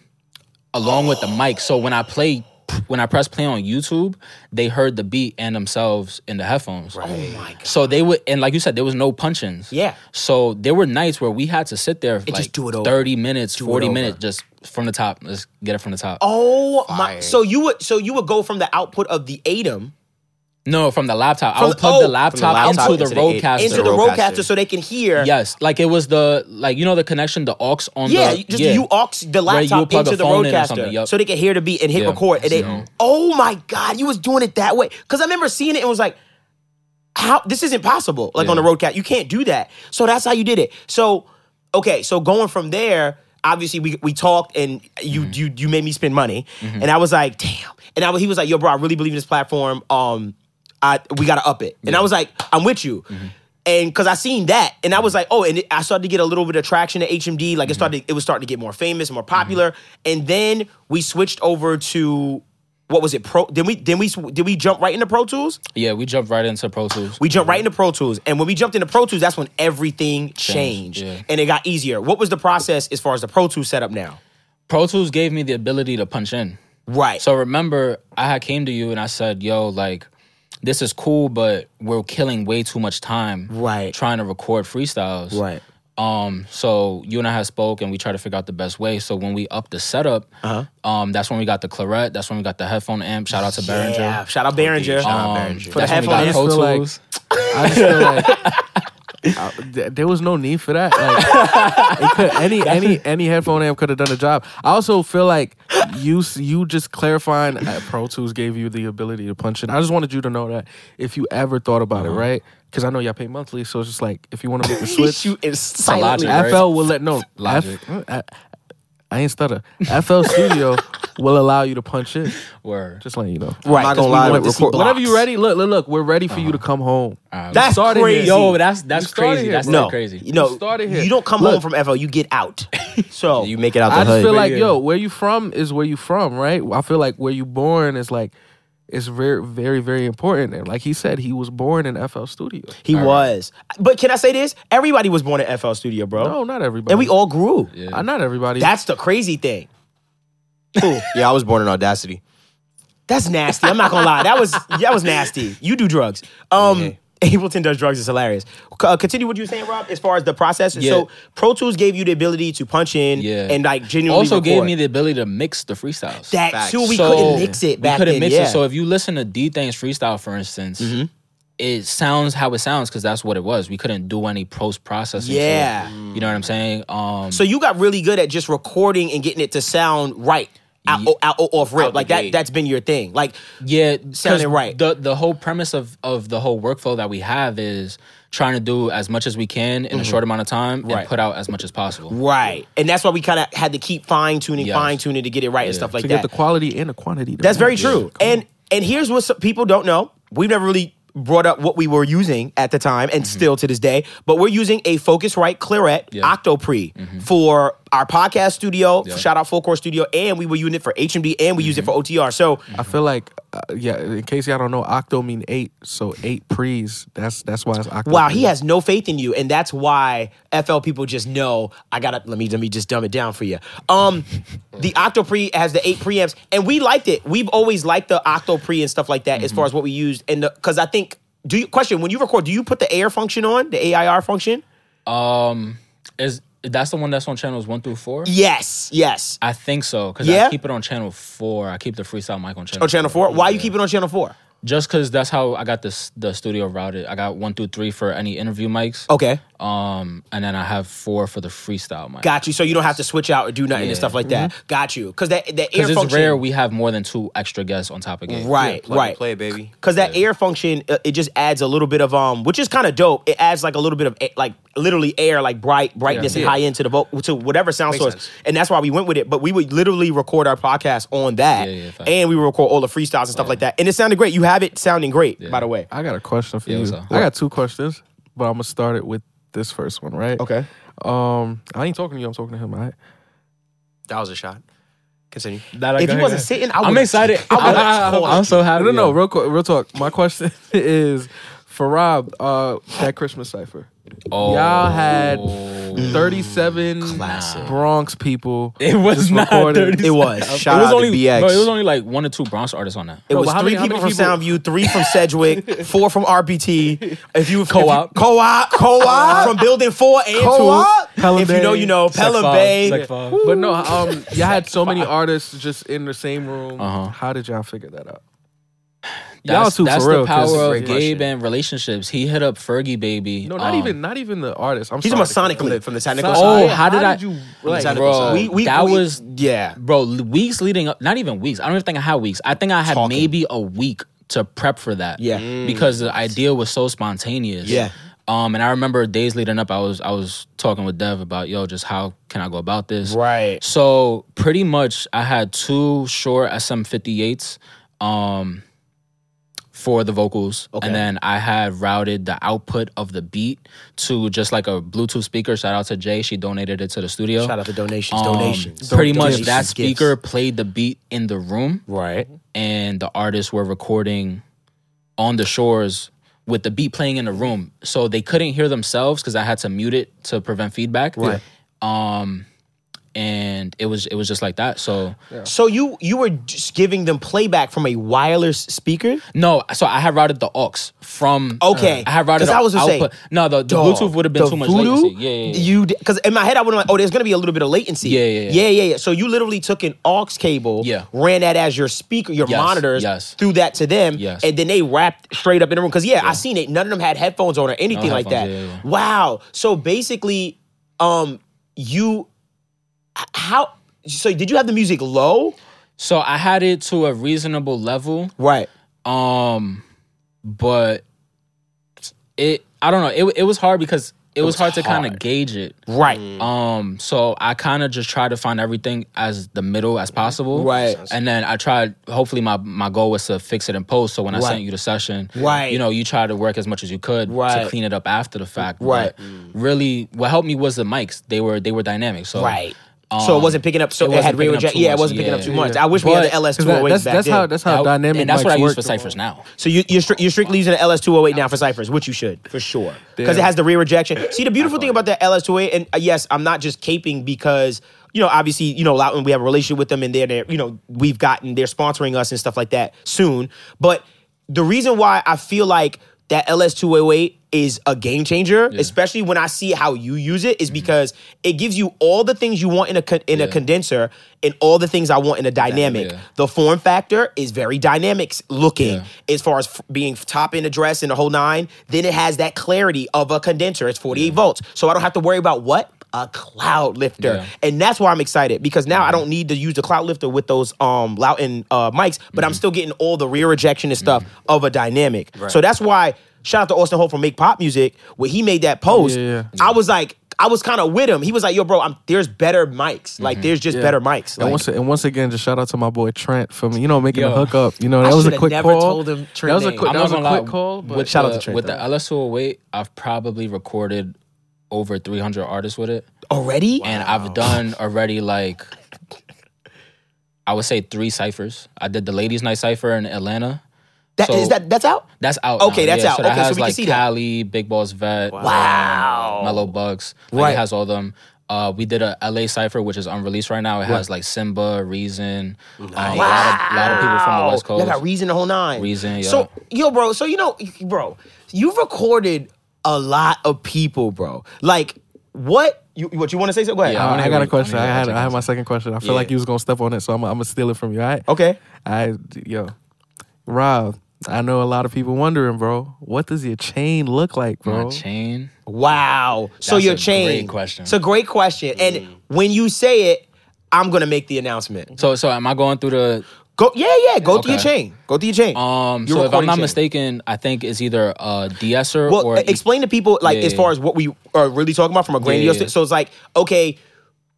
Speaker 4: along with the mic. So when I play. When I press play on YouTube, they heard the beat and themselves in the headphones.
Speaker 1: Oh my god.
Speaker 4: So they would, and like you said, there was no punchings.
Speaker 1: Yeah.
Speaker 4: So there were nights where we had to sit there for
Speaker 1: just
Speaker 4: like
Speaker 1: do it over.
Speaker 4: thirty minutes,
Speaker 1: it
Speaker 4: forty
Speaker 1: over.
Speaker 4: minutes, just from the top. Let's get it from the top.
Speaker 1: Oh my. So you would so you would go from the output of the ADAM
Speaker 4: No, from the laptop. I
Speaker 1: From
Speaker 4: would
Speaker 1: the-
Speaker 4: plug
Speaker 1: oh,
Speaker 4: the,
Speaker 1: from the
Speaker 4: laptop
Speaker 2: laptop
Speaker 4: into the
Speaker 2: into the eight-
Speaker 4: roadcaster.
Speaker 1: into
Speaker 2: the
Speaker 1: the roadcaster.
Speaker 2: roadcaster.
Speaker 1: so they can hear.
Speaker 4: yes, like it was the like you know the connection, the aux on
Speaker 1: Yeah,
Speaker 4: the
Speaker 1: you just you aux the
Speaker 4: Where you
Speaker 1: laptop
Speaker 4: plug a
Speaker 1: into the
Speaker 4: phone in or
Speaker 1: roadcaster
Speaker 4: something, yup.
Speaker 1: so they could hear the beat and hit
Speaker 4: Yeah.
Speaker 1: record. And they, oh my god, you was doing it that way because I remember seeing it and was like, how this is impossible. Like on the roadcast, you can't do that. So that's how you did it. So okay, so going from there, obviously we we talked and you you you made me spend money, and I was like, damn. And I was- he was like, yo, bro, I really believe in this platform. Um, I we gotta up it. And I was like, I'm with you. And because I seen that, and I was like, oh, and it, I started to get a little bit of traction at HMD. Like it started, it was starting to get more famous, more popular. And then we switched over to what was it? Pro? Then we then we sw- did we jump right into Pro Tools?
Speaker 4: Yeah, we jumped right into Pro Tools.
Speaker 1: We jumped right into Pro Tools, and when we jumped into Pro Tools, that's when everything changed,
Speaker 4: yeah.
Speaker 1: and it got easier. What was the process as far as the Pro Tools setup now?
Speaker 4: Pro Tools gave me the ability to punch in.
Speaker 1: Right.
Speaker 4: So remember, I had came to you and I said, "Yo, like, this is cool, but we're killing way too much time,
Speaker 1: Right.
Speaker 4: Trying to record freestyles,
Speaker 1: right.
Speaker 4: Um, so you and I had spoke and we tried to figure out the best way. So when we upped the setup, uh-huh. um, that's when we got the claret. That's when we got the headphone amp. Shout out to Behringer.
Speaker 1: Yeah. Shout out Behringer.
Speaker 2: Shout out
Speaker 4: Um,
Speaker 2: Behringer.
Speaker 1: For the
Speaker 4: that's when
Speaker 1: headphone
Speaker 4: we got
Speaker 1: amp.
Speaker 4: Pro
Speaker 3: I just feel
Speaker 4: Tools.
Speaker 3: I just feel like I- th- there was no need for that. Like, it could, any any any headphone amp could have done the job. I also feel like you s- you just clarifying that Pro Tools gave you the ability to punch in. I just wanted you to know that if you ever thought about it, right? Because I know y'all pay monthly, so it's just like if you want to make the switch,
Speaker 2: you is silently.
Speaker 4: logic, right?
Speaker 3: FL will let no
Speaker 4: Logic.
Speaker 3: F- I, I ain't stutter. FL Studio will allow you to punch in.
Speaker 4: Word.
Speaker 3: Just letting you know.
Speaker 2: Right, not
Speaker 5: 'cause
Speaker 2: gonna
Speaker 5: we
Speaker 2: lie,
Speaker 5: wanted
Speaker 2: to
Speaker 5: to
Speaker 2: record-
Speaker 5: see blocks.
Speaker 3: Whenever you're ready, look, look, look. We're ready for you to come home.
Speaker 1: That's
Speaker 3: started here.
Speaker 1: crazy.
Speaker 4: Yo, that's that's
Speaker 3: You started
Speaker 4: crazy.
Speaker 3: here,
Speaker 4: That's
Speaker 3: bro.
Speaker 1: no,
Speaker 4: so crazy.
Speaker 1: No,
Speaker 3: You started here.
Speaker 1: you don't come
Speaker 3: Look.
Speaker 1: home from FL. You get out. So
Speaker 2: You make it out the
Speaker 3: I
Speaker 2: hood.
Speaker 3: just feel like,
Speaker 4: yeah.
Speaker 3: yo, where you from is where you from, right? I feel like where you born is like, it's very, very, very important. And like he said, he was born in FL Studio.
Speaker 1: he was, but can I say this? Everybody was born in FL Studio, bro.
Speaker 3: No, not everybody.
Speaker 1: and we all grew.
Speaker 3: Uh, not everybody.
Speaker 1: That's the crazy thing.
Speaker 2: yeah, I was born in Audacity.
Speaker 1: That's nasty. I'm not gonna lie. That was that was nasty. You do drugs. Um, Ableton does drugs. It's hilarious. C- uh, continue what you were saying, Rob. As far as the process,
Speaker 4: Yeah.
Speaker 1: so Pro Tools gave you the ability to punch in
Speaker 4: Yeah.
Speaker 1: and like genuinely
Speaker 4: also
Speaker 1: record.
Speaker 4: gave me the ability to mix the freestyles.
Speaker 1: that
Speaker 2: Facts.
Speaker 1: too. We
Speaker 4: So,
Speaker 1: couldn't mix it back
Speaker 4: We couldn't
Speaker 1: then.
Speaker 4: mix
Speaker 1: yeah. Mm-hmm.
Speaker 4: it. So if you listen to D Things freestyle, for instance, it sounds how it sounds because that's what it was. We couldn't do any post processing.
Speaker 1: Yeah.
Speaker 4: you know what I'm saying. Um,
Speaker 1: So you got really good at just recording and getting it to sound right out, out- out- off rip.
Speaker 2: Out the
Speaker 1: Like that
Speaker 2: gate.
Speaker 1: that's been your thing. Like
Speaker 4: yeah, 'cause
Speaker 1: sounded right.
Speaker 4: The the whole premise of of the whole workflow that we have is trying to do as much as we can in a short amount of time
Speaker 1: Mm-hmm. Right.
Speaker 4: and put out as much as possible.
Speaker 1: right. And that's why we kind of had to keep fine tuning,
Speaker 4: Yes.
Speaker 1: fine tuning to get it right and stuff like
Speaker 3: to
Speaker 1: that.
Speaker 3: get the quality and the quantity.
Speaker 1: That's very true. And and here's what some people don't know. We've never really brought up what we were using at the time and still to this day, but we're using a Focusrite Claret Octopre for our podcast studio, shout out Full Core Studio, and we were using it for HMD and we used it for OTR. So
Speaker 3: I feel like, uh, yeah. In case y'all don't know, octo mean eight, so eight pre's. That's that's why it's octo.
Speaker 1: wow, he
Speaker 3: pre's.
Speaker 1: has no faith in you, and that's why FL people just know I gotta let me let me just dumb it down for you. Um, the Octopre has the eight preamps, and we liked it. We've always liked the Octopre and stuff like that as far as what we used, and because I think do you question when you record? Do you put the AIR function on the AIR function?
Speaker 4: Is that's the one that's on channels one through four?
Speaker 1: Yes, yes.
Speaker 4: I think so because
Speaker 1: Yeah?
Speaker 4: I keep it on channel four. I keep the freestyle mic on channel
Speaker 1: On channel four, why you keep it on channel four?
Speaker 4: just because that's how I got this the studio routed. I got one through three for any interview mics.
Speaker 1: Okay,
Speaker 4: Um, and then I have four for the freestyle mic.
Speaker 1: Uh, got you. So you don't have to switch out or do nothing
Speaker 4: Yeah.
Speaker 1: and stuff like that. Got you. Because that that AIR
Speaker 4: Because it's
Speaker 1: function,
Speaker 4: rare we have more than two extra guests on top of it.
Speaker 1: right,
Speaker 2: Plug and
Speaker 1: right.
Speaker 2: Play, baby.
Speaker 1: Cause that air function, uh, it just adds a little bit of um, which is kind of dope. It adds like a little bit of a- like literally air, like bright brightness and
Speaker 3: Yeah.
Speaker 1: high end to the vo- to whatever sound
Speaker 2: Makes
Speaker 1: source,
Speaker 2: sense.
Speaker 1: and that's why we went with it. But we would literally record our podcast on that,
Speaker 4: Yeah, yeah, facts.
Speaker 1: and we would record all the freestyles and stuff like that, and it sounded great. You have it sounding great, by the way.
Speaker 3: I got a question for
Speaker 4: Yeah,
Speaker 3: you.
Speaker 4: what's up?
Speaker 3: I got two questions, but I'm gonna start it with this first one, right?
Speaker 1: Okay.
Speaker 3: Um, I ain't talking to you. I'm talking to him. All right.
Speaker 2: That was a shot. Continue.
Speaker 1: if you wasn't sitting, I
Speaker 4: I'm
Speaker 1: would've-
Speaker 4: excited.
Speaker 1: I would've
Speaker 4: I,
Speaker 1: told-
Speaker 4: am so happy.
Speaker 3: No, no, no.
Speaker 4: yo.
Speaker 3: Real, qu- real talk. My question is for Rob. Uh, that Christmas cipher.
Speaker 4: Oh.
Speaker 3: Y'all had 37 Bronx people.
Speaker 4: It was
Speaker 3: just
Speaker 4: not
Speaker 3: recorded.
Speaker 4: 30.
Speaker 1: it was.
Speaker 2: Shout out to
Speaker 4: only,
Speaker 2: BX.
Speaker 4: Bro, it was only like one or two Bronx artists on that.
Speaker 1: It was
Speaker 3: but how
Speaker 1: three
Speaker 3: many- how
Speaker 1: people from
Speaker 3: many
Speaker 1: Soundview, three from Sedgwick, four from RPT. If you if you-
Speaker 4: Co-op.
Speaker 1: co-op, co-op from Building Four and
Speaker 3: Co-op?
Speaker 1: Two.
Speaker 3: Pelham
Speaker 1: if you know,
Speaker 3: Bay.
Speaker 1: you know Pelham
Speaker 4: Files,
Speaker 1: Bay.
Speaker 4: Sex Files.
Speaker 3: But no, um, y'all had so many artists just in the same room.
Speaker 4: Uh-huh.
Speaker 3: How did y'all figure that out? Y'all
Speaker 4: That's,
Speaker 3: two
Speaker 4: that's
Speaker 3: for real.
Speaker 4: the
Speaker 3: 'cause-
Speaker 4: power of
Speaker 2: great
Speaker 4: Gabe
Speaker 2: question.
Speaker 4: and relationships. He hit up Fergie Baby.
Speaker 3: No, not
Speaker 4: um,
Speaker 3: even not even the artists. I'm
Speaker 1: He's
Speaker 3: sorry.
Speaker 2: From the,
Speaker 1: masonically.
Speaker 2: from the technical
Speaker 3: Sonic-
Speaker 4: Oh,
Speaker 2: side.
Speaker 4: how did I-
Speaker 3: you like?
Speaker 2: Sonic-
Speaker 4: Bro,
Speaker 2: We-
Speaker 1: we-
Speaker 4: that
Speaker 1: we-
Speaker 4: was
Speaker 1: Yeah.
Speaker 4: bro l- weeks leading up not even weeks i don't even think i had weeks i think i had maybe a week to prep for that
Speaker 1: Yeah.
Speaker 4: because the idea was so spontaneous
Speaker 1: Yeah.
Speaker 4: um and i remember days leading up i was i was talking with dev about yo just how can i go about this
Speaker 1: Right.
Speaker 4: so pretty much i had two short sm58s um for the vocals
Speaker 1: Okay.
Speaker 4: and then i had routed the output of the beat to just like a bluetooth speaker shout out to jay she donated it to the studio
Speaker 1: Shout out to donations.
Speaker 4: um,
Speaker 1: donations.
Speaker 4: Pretty much
Speaker 1: Donations,
Speaker 4: that
Speaker 1: gifts.
Speaker 4: speaker played the beat in the room,
Speaker 1: Right.
Speaker 4: and the artists were recording on the shores with the beat playing in the room. So they couldn't hear themselves because I had to mute it to prevent feedback. Right. Um, and it was it was just like that. So
Speaker 1: So you you were just giving them playback from a wireless speaker?
Speaker 4: no, so I had routed the aux from
Speaker 1: Okay.
Speaker 4: I had routed
Speaker 1: 'Cause I was gonna say,
Speaker 4: output. no, the, the
Speaker 1: Dog,
Speaker 4: Bluetooth would have been
Speaker 1: the
Speaker 4: too much
Speaker 1: voodoo,
Speaker 4: latency. Yeah, yeah, yeah.
Speaker 1: You because in my head I would have like, oh, there's gonna be a little bit of latency.
Speaker 4: Yeah, yeah,
Speaker 1: yeah,
Speaker 4: yeah.
Speaker 1: yeah, yeah. So you literally took an aux cable,
Speaker 4: Yeah.
Speaker 1: ran that as your speaker, your
Speaker 4: Yes,
Speaker 1: monitors,
Speaker 4: yes.
Speaker 1: threw that to them,
Speaker 4: Yes.
Speaker 1: and then they wrapped straight up in the room. Because yeah, I seen it. None of them had headphones on or anything like that.
Speaker 4: headphones, yeah, yeah,
Speaker 1: Wow. So basically, um, you h- how so did you have the music low?
Speaker 4: So I had it to a reasonable level.
Speaker 1: Right.
Speaker 4: Um, but it I don't know. It it was hard because it, was, hard to kind of gauge it.
Speaker 1: Right.
Speaker 4: Um, so I kind of just tried to find everything as the middle as possible.
Speaker 1: Right.
Speaker 4: And then I tried. Hopefully, my my goal was to fix it in post. So when I
Speaker 1: Right.
Speaker 4: sent you the session,
Speaker 1: Right.
Speaker 4: you know, you try to work as much as you could
Speaker 1: Right.
Speaker 4: to clean it up after the fact.
Speaker 1: Right.
Speaker 4: But Really, what helped me was the mics. They were they were dynamic. So
Speaker 1: Right. so it wasn't picking up. So
Speaker 4: Um, it
Speaker 1: it,
Speaker 4: wasn't
Speaker 1: had
Speaker 4: picking
Speaker 1: radio
Speaker 4: up
Speaker 1: jack.
Speaker 4: too
Speaker 1: Yeah, it
Speaker 4: much,
Speaker 1: wasn't picking
Speaker 4: yeah.
Speaker 1: up too much. I wish we had
Speaker 3: But-
Speaker 1: the LS
Speaker 3: 'cause
Speaker 1: two hundred
Speaker 3: that-
Speaker 1: eight.
Speaker 3: that's that's how that's how
Speaker 4: that-
Speaker 3: dynamic.
Speaker 4: and that's
Speaker 3: mics
Speaker 4: what I use
Speaker 3: work
Speaker 4: for
Speaker 3: though.
Speaker 4: ciphers now.
Speaker 1: So you, you're, stri- you're strictly using the LS208 now for ciphers, which you should for sure, because it has the rear rejection. See, the beautiful thing about that LS208, and uh, yes, I'm not just caping because you know, obviously, you know, Loudon, we have a relationship with them, and they're, they're you know, we've gotten they're sponsoring us and stuff like that soon. But the reason why I feel like that LS208 is a game changer, especially when I see how you use it, is because it gives you all the things you want in a con- in a condenser and all the things I want in a dynamic.
Speaker 4: yeah.
Speaker 1: The form factor is very dynamic looking as far as f- being top end address and the whole nine. Then it has that clarity of a condenser. It's 48 volts. So I don't have to worry about what? A cloud lifter.
Speaker 4: Yeah.
Speaker 1: And that's why I'm excited because now I don't need to use the cloud lifter with those um Loudon uh, mics, but
Speaker 3: Mm-hmm.
Speaker 1: I'm still getting all the rear ejection and stuff of a dynamic. So that's why shout out to Austin Hope from Make Pop Music when he made that post.
Speaker 3: Yeah, yeah,
Speaker 1: I was like, I was kind of with him. He was like, "Yo, bro, I'm, there's better mics. Like, there's just better mics."
Speaker 3: Mm-hmm. And
Speaker 1: Like-
Speaker 3: once, and once again, just shout out to my boy Trent for me, you know, making
Speaker 4: Yo.
Speaker 3: the hookup. You know,
Speaker 1: I
Speaker 3: that was a
Speaker 1: shoulda
Speaker 3: quick
Speaker 1: never
Speaker 3: call.
Speaker 1: told him Trent
Speaker 3: that was a
Speaker 1: name.
Speaker 3: quick,
Speaker 4: I'm
Speaker 3: that
Speaker 4: not
Speaker 3: was a
Speaker 4: gonna lie.
Speaker 3: quick call. But
Speaker 4: with
Speaker 1: Shout out
Speaker 4: the,
Speaker 1: to Trent,
Speaker 4: with
Speaker 1: though.
Speaker 4: the LS208, I've probably recorded over 300 artists with it,
Speaker 1: already?
Speaker 4: and I've done already like I would say three ciphers. I did the Ladies Night cipher in Atlanta.
Speaker 1: That is
Speaker 4: So-
Speaker 1: that that's out?
Speaker 4: That's out.
Speaker 1: Okay,
Speaker 4: now.
Speaker 1: that's
Speaker 4: yeah,
Speaker 1: out.
Speaker 4: So that
Speaker 1: Okay, so
Speaker 4: has
Speaker 1: we can
Speaker 4: like
Speaker 1: see that.
Speaker 4: Cali, Big Balls Vet,
Speaker 1: Wow.
Speaker 4: Mellow Bucks. Like,
Speaker 1: Right.
Speaker 4: it has all them. Uh, we did a LA cipher, which is unreleased right now. It has like Simba, Reason, um, a, lot of, lot of people from the West
Speaker 1: Y'all got
Speaker 4: Coast.
Speaker 1: reason the whole nine.
Speaker 4: Reason, yeah.
Speaker 1: So yo, bro. So you know, bro, you've recorded a lot of people, bro. Like what? You what you want to say? So go ahead.
Speaker 4: Yeah, I wanna
Speaker 3: I, I
Speaker 4: hear
Speaker 3: got a
Speaker 4: what-
Speaker 3: question.
Speaker 4: I
Speaker 3: I
Speaker 4: wanna hear
Speaker 3: had
Speaker 4: what
Speaker 3: I had my second question. I feel like you was gonna step on it, so I'm I'm gonna steal it from you. All right.
Speaker 1: okay.
Speaker 3: I yo, Rob. I know a lot of people wondering, bro. What does your chain look like, bro?
Speaker 4: My chain.
Speaker 1: Wow. so
Speaker 4: That's
Speaker 1: your
Speaker 4: a
Speaker 1: chain.
Speaker 4: great question. Mm.
Speaker 1: It's a great question, and when you say it, I'm gonna make the announcement.
Speaker 4: So, so am I going through the
Speaker 1: Go. Yeah, yeah. Go to your
Speaker 4: Okay.
Speaker 1: chain. Go to your chain.
Speaker 4: Um,
Speaker 1: Your
Speaker 4: so if I'm
Speaker 1: recording
Speaker 4: not
Speaker 1: chain.
Speaker 4: mistaken, I think it's either a de-esser
Speaker 1: Well,
Speaker 4: or
Speaker 1: uh, explain to people like
Speaker 4: Yeah,
Speaker 1: as
Speaker 4: yeah,
Speaker 1: far as what we are really talking about from a grandiose.
Speaker 4: yeah, yeah.
Speaker 1: sta- So it's like okay,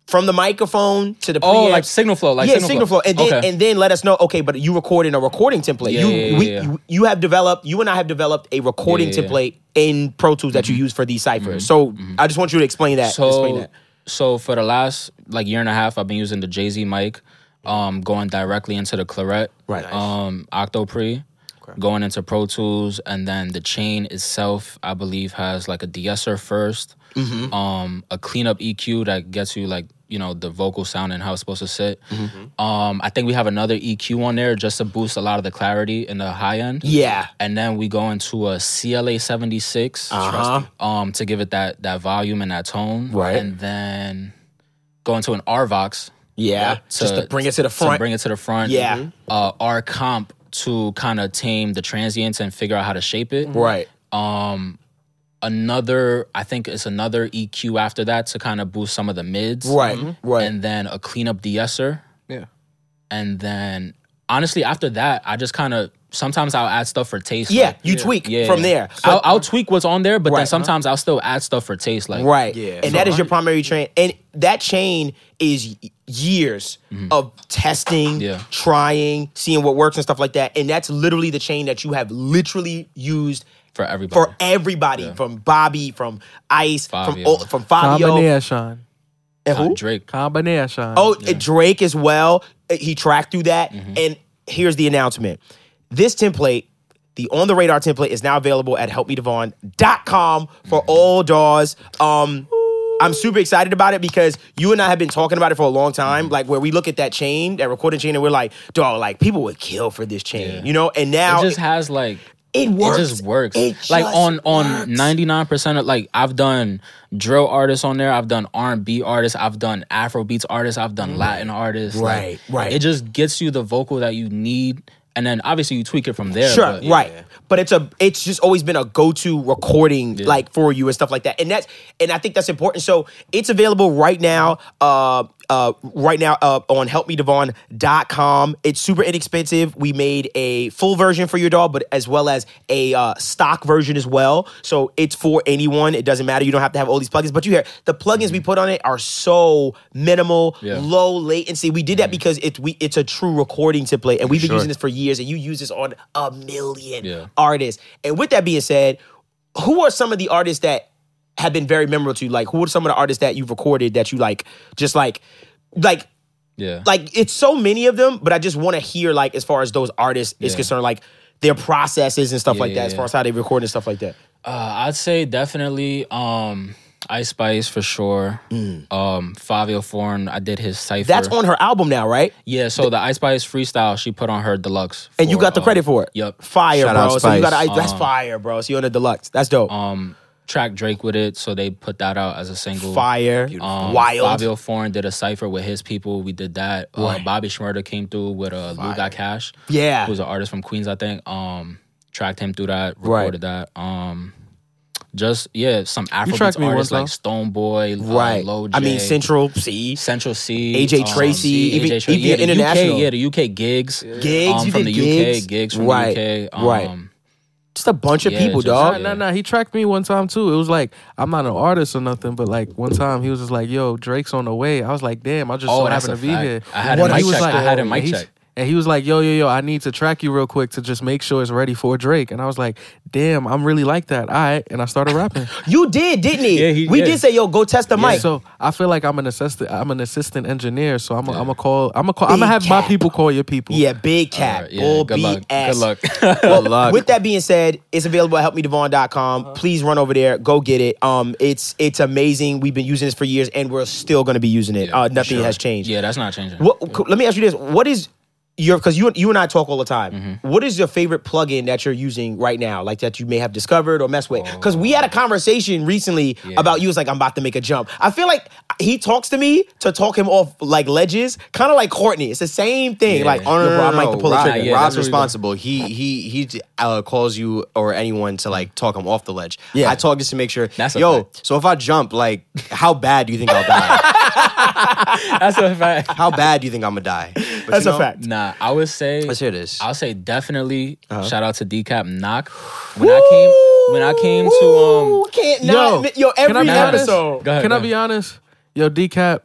Speaker 1: from the microphone to the
Speaker 4: oh,
Speaker 1: preamps.
Speaker 4: like signal flow, like
Speaker 1: yeah, signal, flow, and then
Speaker 4: okay.
Speaker 1: and then let us know. Okay, but you recording a recording template.
Speaker 4: Yeah,
Speaker 1: you,
Speaker 4: yeah, yeah,
Speaker 1: we,
Speaker 4: yeah.
Speaker 1: you you have developed. You and I have developed a recording
Speaker 4: Yeah, yeah, yeah.
Speaker 1: template in Pro Tools that you use for these ciphers. So I just want you to explain that. explain
Speaker 4: so
Speaker 1: that.
Speaker 4: so for the last like year and a half, I've been using the Jay Z mic, um, going directly into the claret,
Speaker 1: Right. Nice.
Speaker 4: Um, Octopre, going into Pro Tools, and then the chain itself, I believe, has like a de-esser 1st
Speaker 1: Mm-hmm.
Speaker 4: um, a cleanup EQ that gets you like you know the vocal sound and how it's supposed to sit.
Speaker 1: Mm-hmm.
Speaker 4: Um, I think we have another EQ on there just to boost a lot of the clarity in the high end.
Speaker 1: Yeah.
Speaker 4: and then we go into a CLA 76 um to give it that that volume and that tone
Speaker 1: Uh-huh. Right.
Speaker 4: and then go into an RVox
Speaker 1: Yeah.
Speaker 4: to,
Speaker 1: just to bring it to the front.
Speaker 4: bring it to the front
Speaker 1: Yeah.
Speaker 4: uh R comp to kind of tame the transients and figure out how to shape it
Speaker 1: right.
Speaker 4: another I think it's another EQ after that to kind of boost some of the mids
Speaker 1: Right. Right.
Speaker 4: Mm-hmm. and then a cleanup de-esser
Speaker 3: Yeah.
Speaker 4: and then honestly after that I just kind of sometimes I'll add stuff for taste
Speaker 1: yeah.
Speaker 4: like-
Speaker 1: You tweak
Speaker 4: yeah.
Speaker 1: from there.
Speaker 4: I'll, I'll tweak what's on there, but
Speaker 1: Right, huh?
Speaker 4: then sometimes I'll still add stuff for taste. Like
Speaker 1: Right.
Speaker 3: Yeah.
Speaker 1: And
Speaker 3: So
Speaker 1: that is your
Speaker 3: I-
Speaker 1: primary train. And that chain is y- years of testing,
Speaker 4: Yeah.
Speaker 1: trying, seeing what works and stuff like that. And that's literally the chain that you have literally used
Speaker 4: for everybody.
Speaker 1: for everybody from Bobby, from Ice, from
Speaker 4: Fabio.
Speaker 1: O- from Fabio,
Speaker 3: Combination.
Speaker 1: and
Speaker 4: Uh,
Speaker 1: who?
Speaker 4: Drake.
Speaker 3: Combination.
Speaker 1: Oh, and Drake as well. Uh, He tracked through that.
Speaker 4: Mm-hmm.
Speaker 1: And here's the announcement. This template, the on the radar
Speaker 4: Mm-hmm.
Speaker 1: template, is now available at helpmedevon.com for all DAWs. Um, I'm super excited about it because you and I have been talking about it for a long
Speaker 4: Mm-hmm.
Speaker 1: time. Like where we look at that chain, that recording chain, and we're like, dog, like people would kill for this chain, you know. And now
Speaker 4: it just has like
Speaker 1: It works.
Speaker 4: It just works.
Speaker 1: It just
Speaker 4: like on on
Speaker 1: works.
Speaker 4: ninety nine percent of like I've done drill artists on there. I've done R and B artists. I've done Afro beats artists. I've done Latin artists. like,
Speaker 1: Mm. Right, right.
Speaker 4: It just gets you the vocal that you need, and then obviously you tweak it from there.
Speaker 1: Sure,
Speaker 4: but-
Speaker 1: right. But it's a it's just always been a go-to recording like for you and stuff like that. And that's and I think that's important. So it's available right now. Uh uh, right now uh, on helpmedevon.com. It's super inexpensive. We made a full version for your dog, but as well as a uh, stock version as well. So it's for anyone. It doesn't matter. You don't have to have all these plugins. But you hear the plugins we put on it are so minimal,
Speaker 4: Mm-hmm. Yeah.
Speaker 1: low latency. We did that
Speaker 4: Mm.
Speaker 1: because it we it's a true recording template, and we've been using this for years. And you use this on a million
Speaker 4: Yeah.
Speaker 1: artists. And with that being said, who are some of the artists that have been very memorable to you? Like, who are some of the artists that you've recorded that you like? Just like, like,
Speaker 4: Yeah.
Speaker 1: like it's so many of them. But I just want to hear like as far as those artists is
Speaker 4: Yeah.
Speaker 1: concerned, like their processes and stuff like that,
Speaker 4: yeah,
Speaker 1: as
Speaker 4: yeah.
Speaker 1: far as how they record and stuff like that.
Speaker 4: Uh, I'd say definitely um, Ice Spice for sure. Um, Fabio Foreign, I did his cipher.
Speaker 1: Mm. That's on her album now, right?
Speaker 4: Yeah, so the Ice Spice freestyle she put on her deluxe,
Speaker 1: And you
Speaker 4: for,
Speaker 1: got the
Speaker 4: uh, Uh-huh.
Speaker 1: credit for it.
Speaker 4: Yep.
Speaker 1: Fire, Fire, bro. bro. So you Spice. got to that's fire, bro. So you're on the deluxe. That's dope.
Speaker 4: Um, track Drake with it, so they put that out as a single.
Speaker 1: fire,
Speaker 4: Um,
Speaker 1: wild.
Speaker 4: Fabio Foreign did a cipher with his people. We did that. Uh, Bobby Schmurder came through with uh, Lou Got Cash.
Speaker 1: Yeah.
Speaker 4: who's an artist from Queens, I think. Um, tracked him through that. Recorded that. Um, just yeah, some
Speaker 3: tracked
Speaker 4: Afrobeat
Speaker 3: me one
Speaker 4: artists like
Speaker 3: time.
Speaker 4: Stone Boy,
Speaker 1: right.
Speaker 4: Uh, Low
Speaker 1: I mean,
Speaker 4: J.
Speaker 1: Central C.
Speaker 4: Central C,
Speaker 1: AJ
Speaker 4: um,
Speaker 1: Tracy,
Speaker 4: C,
Speaker 1: even-
Speaker 4: AJ Tracy.
Speaker 1: even
Speaker 4: yeah, the
Speaker 1: international.
Speaker 4: UK, yeah, the UK gigs,
Speaker 1: Gigs,
Speaker 4: um,
Speaker 1: you
Speaker 4: from
Speaker 1: did
Speaker 4: the
Speaker 1: gigs?
Speaker 4: UK, gigs from
Speaker 1: Right,
Speaker 4: the UK, um,
Speaker 1: right. Just a bunch of
Speaker 4: Yeah,
Speaker 1: people,
Speaker 4: just-
Speaker 1: dog.
Speaker 4: Oh, Yeah.
Speaker 3: Nah, nah, he tracked me one time too. It was like I'm not an artist or nothing, but like one time he was just like, "Yo, Drake's on the way." I was like, "Damn, I just
Speaker 4: Oh,
Speaker 3: so
Speaker 4: that's
Speaker 3: happen
Speaker 4: a
Speaker 3: to be
Speaker 4: fact.
Speaker 3: here."
Speaker 4: I had
Speaker 1: a
Speaker 3: And
Speaker 1: mic
Speaker 3: he was
Speaker 1: check.
Speaker 3: like- "Oh,"
Speaker 1: I
Speaker 4: had a
Speaker 3: and
Speaker 4: mic
Speaker 3: he's-
Speaker 4: check.
Speaker 3: And he was like, "Yo, yo, yo, I need to track you real quick to just make sure it's ready for Drake." And I was like, "Damn, I'm really like that." All right, and I started rapping.
Speaker 1: You did, didn't he?
Speaker 4: Yeah, he
Speaker 1: we
Speaker 4: did.
Speaker 1: did say, yo, go test the mic.
Speaker 3: So I feel like I'm an assistant. I'm an assistant engineer. So I'm. A, I'm a call. I'm a call. I'm gonna have my
Speaker 1: cap.
Speaker 3: people call your people.
Speaker 1: yeah, big cat.
Speaker 4: Alright, yeah,
Speaker 1: bull
Speaker 4: good luck.
Speaker 1: BS.
Speaker 4: Good luck.
Speaker 1: Well, With that being said, it's available at helpmedevon.com.
Speaker 4: Uh-huh.
Speaker 1: Please run over there, go get it. Um, it's it's amazing. We've been using this for years, and we're still going to be using it. uh, nothing has changed.
Speaker 4: yeah, that's not changing.
Speaker 1: What, co- Let me ask you this: What is your? Because you you and I talk all the time. What is your favorite plugin that you're using right now? Like that you may have discovered or messed with? Because we had a conversation recently about you. It's like I'm about to make a jump. I feel like he talks to me to talk him off like ledges, kind of like Courtney. It's the same thing. Like, oh no, no, no, I might pull
Speaker 4: Rob-
Speaker 1: a trigger.
Speaker 4: Yeah, yeah,
Speaker 1: Rob- Rob's
Speaker 4: that's what we
Speaker 1: responsible.
Speaker 4: responsible.
Speaker 1: He he he
Speaker 2: uh, calls you or anyone to like talk him off the ledge.
Speaker 1: Yeah.
Speaker 2: I talk just to make sure.
Speaker 4: That's a
Speaker 2: yo.
Speaker 4: fact.
Speaker 2: So if I jump, like, how bad do you think I'll die?
Speaker 4: that's a fact.
Speaker 2: how bad do you think I'm gonna die? But
Speaker 1: That's
Speaker 2: you
Speaker 1: a
Speaker 2: know,
Speaker 1: fact.
Speaker 4: Nah, I would say
Speaker 2: Let's hear this.
Speaker 4: I'll say definitely.
Speaker 1: Uh-huh.
Speaker 4: Shout out to Decap Knock. When I came, when I came to um,
Speaker 1: Ooh, can't not admit- yo,
Speaker 3: can I
Speaker 1: every
Speaker 3: be
Speaker 4: Nah,
Speaker 3: honest?
Speaker 1: episode.
Speaker 4: Go ahead,
Speaker 3: can
Speaker 4: go
Speaker 3: I be honest? Yo, decap.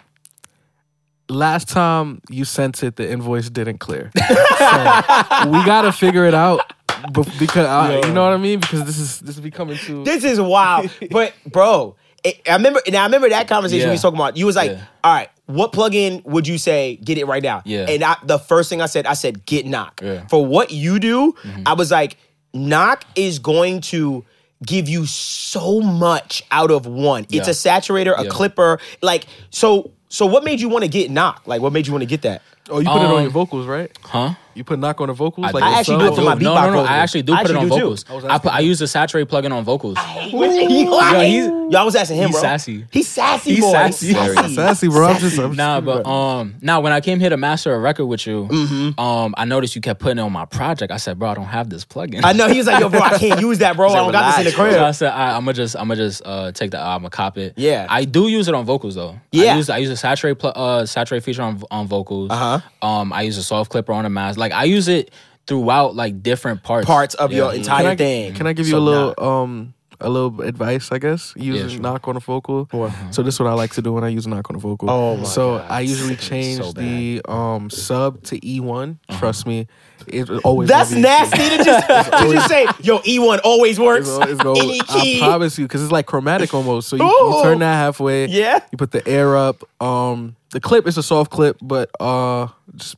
Speaker 3: Last time you sent it, the invoice didn't clear. so we gotta figure it out bef- because I, you know what I mean. Because this is this is becoming too.
Speaker 1: This is wild. but bro, it, I remember now I remember that conversation we
Speaker 4: Yeah.
Speaker 1: was talking about. You was like,
Speaker 4: Yeah.
Speaker 1: all right, what plugin would you say get it right now?
Speaker 4: Yeah.
Speaker 1: And I, the first thing I said, I said, get knock.
Speaker 4: Yeah. Mm-hmm.
Speaker 1: For what you do, I was like, knock is going to give you so much out of one. It's a saturator, a
Speaker 4: Yeah.
Speaker 1: clipper. Like, so so what made you want to get knock? Like what made you want to get that?
Speaker 3: Oh, you put it on
Speaker 4: Um,
Speaker 3: your vocals, right?
Speaker 4: huh?
Speaker 3: You put knock on the vocals.
Speaker 4: I
Speaker 3: like
Speaker 4: do.
Speaker 3: the
Speaker 1: I actually do
Speaker 3: sub?
Speaker 1: it for my
Speaker 4: No, no, no,
Speaker 1: vocals.
Speaker 4: I actually do
Speaker 1: I
Speaker 4: put
Speaker 1: actually
Speaker 4: it on
Speaker 1: do too.
Speaker 4: vocals. I, put, I use the saturate plugin on vocals.
Speaker 1: Yo,
Speaker 4: he's-
Speaker 1: Y'all was asking him,
Speaker 4: he's
Speaker 1: bro.
Speaker 4: sassy.
Speaker 1: He's sassy,
Speaker 4: He's
Speaker 1: boy.
Speaker 4: sassy. Very
Speaker 3: sassy, bro. I'm just I'm
Speaker 4: Nah,
Speaker 3: just-
Speaker 4: but um, now when I came here to master a record with you,
Speaker 1: Mm-hmm.
Speaker 4: um, I noticed you kept putting it on my project. I said, bro, I don't have this plugin.
Speaker 1: I know. He was like, yo, bro, I can't use that, bro. I don't got this in the crib.
Speaker 4: So I said, I, am gonna just, I'm gonna just uh, take the, I'm gonna cop it.
Speaker 1: Yeah.
Speaker 4: I do use it on vocals though.
Speaker 1: Yeah.
Speaker 4: I use, I use a saturate, pl- uh, saturate feature on on vocals. Uh
Speaker 1: Uh-huh.
Speaker 4: huh. Um, I use a soft clipper on a mask. Like I use it throughout like different parts.
Speaker 1: Parts of your entire
Speaker 3: can I,
Speaker 1: thing.
Speaker 3: Can I give you
Speaker 1: So
Speaker 3: a little um a little advice, I guess, using
Speaker 4: sure.
Speaker 3: knock on a vocal. So this is what I like to do when I use knock on a vocal. Oh my So I usually change the um sub to E one. Trust me, it always
Speaker 1: That's
Speaker 3: gonna be-
Speaker 1: nasty to just, to just say, yo, E1 always works.
Speaker 3: It's al- it's al-
Speaker 1: Any
Speaker 3: I
Speaker 1: key.
Speaker 3: promise you, because it's like chromatic almost. So you,
Speaker 1: Ooh.
Speaker 3: you turn that halfway.
Speaker 1: Yeah.
Speaker 3: You put the air up. Um, the clip is a soft clip, but uh, just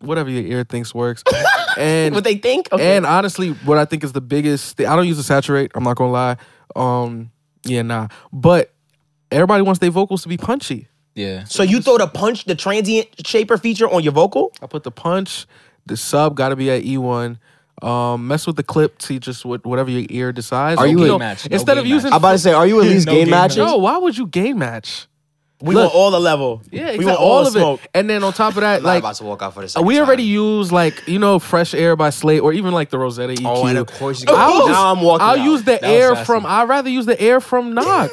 Speaker 3: whatever your ear thinks works. And
Speaker 1: what they think? Okay.
Speaker 3: And honestly, what I think is the biggest thing, I don't use a saturate, I'm not gonna lie. Um, yeah, nah. But everybody wants their vocals to be punchy.
Speaker 4: Yeah.
Speaker 1: So you throw the punch, the transient shaper feature on your vocal?
Speaker 3: I put the punch, the sub got to be at E1. Um, mess with the clip, see just what whatever your ear decides.
Speaker 2: Are you
Speaker 3: know,
Speaker 2: a-
Speaker 4: match, no
Speaker 3: instead of
Speaker 4: game
Speaker 3: using
Speaker 2: I'm about to say, are you at least
Speaker 1: No
Speaker 2: game
Speaker 1: game
Speaker 2: matches?
Speaker 3: no, why would you game match?
Speaker 1: We
Speaker 3: Look.
Speaker 1: want all the level.
Speaker 3: Yeah,
Speaker 1: we
Speaker 3: exactly.
Speaker 1: want
Speaker 3: all, of
Speaker 1: the smoke.
Speaker 3: it. And then on top of that,
Speaker 2: I'm not
Speaker 3: like
Speaker 2: about to walk out for this.
Speaker 3: we already use like you know Fresh Air by Slate or even like the Rosetta E EQ.
Speaker 2: Oh, and of course you
Speaker 3: I'll
Speaker 2: got-
Speaker 3: just-
Speaker 2: now I'm walking.
Speaker 3: I'll
Speaker 2: out.
Speaker 3: use the
Speaker 4: That was
Speaker 3: air
Speaker 4: sassy.
Speaker 3: from. I'd rather use the air from Knock.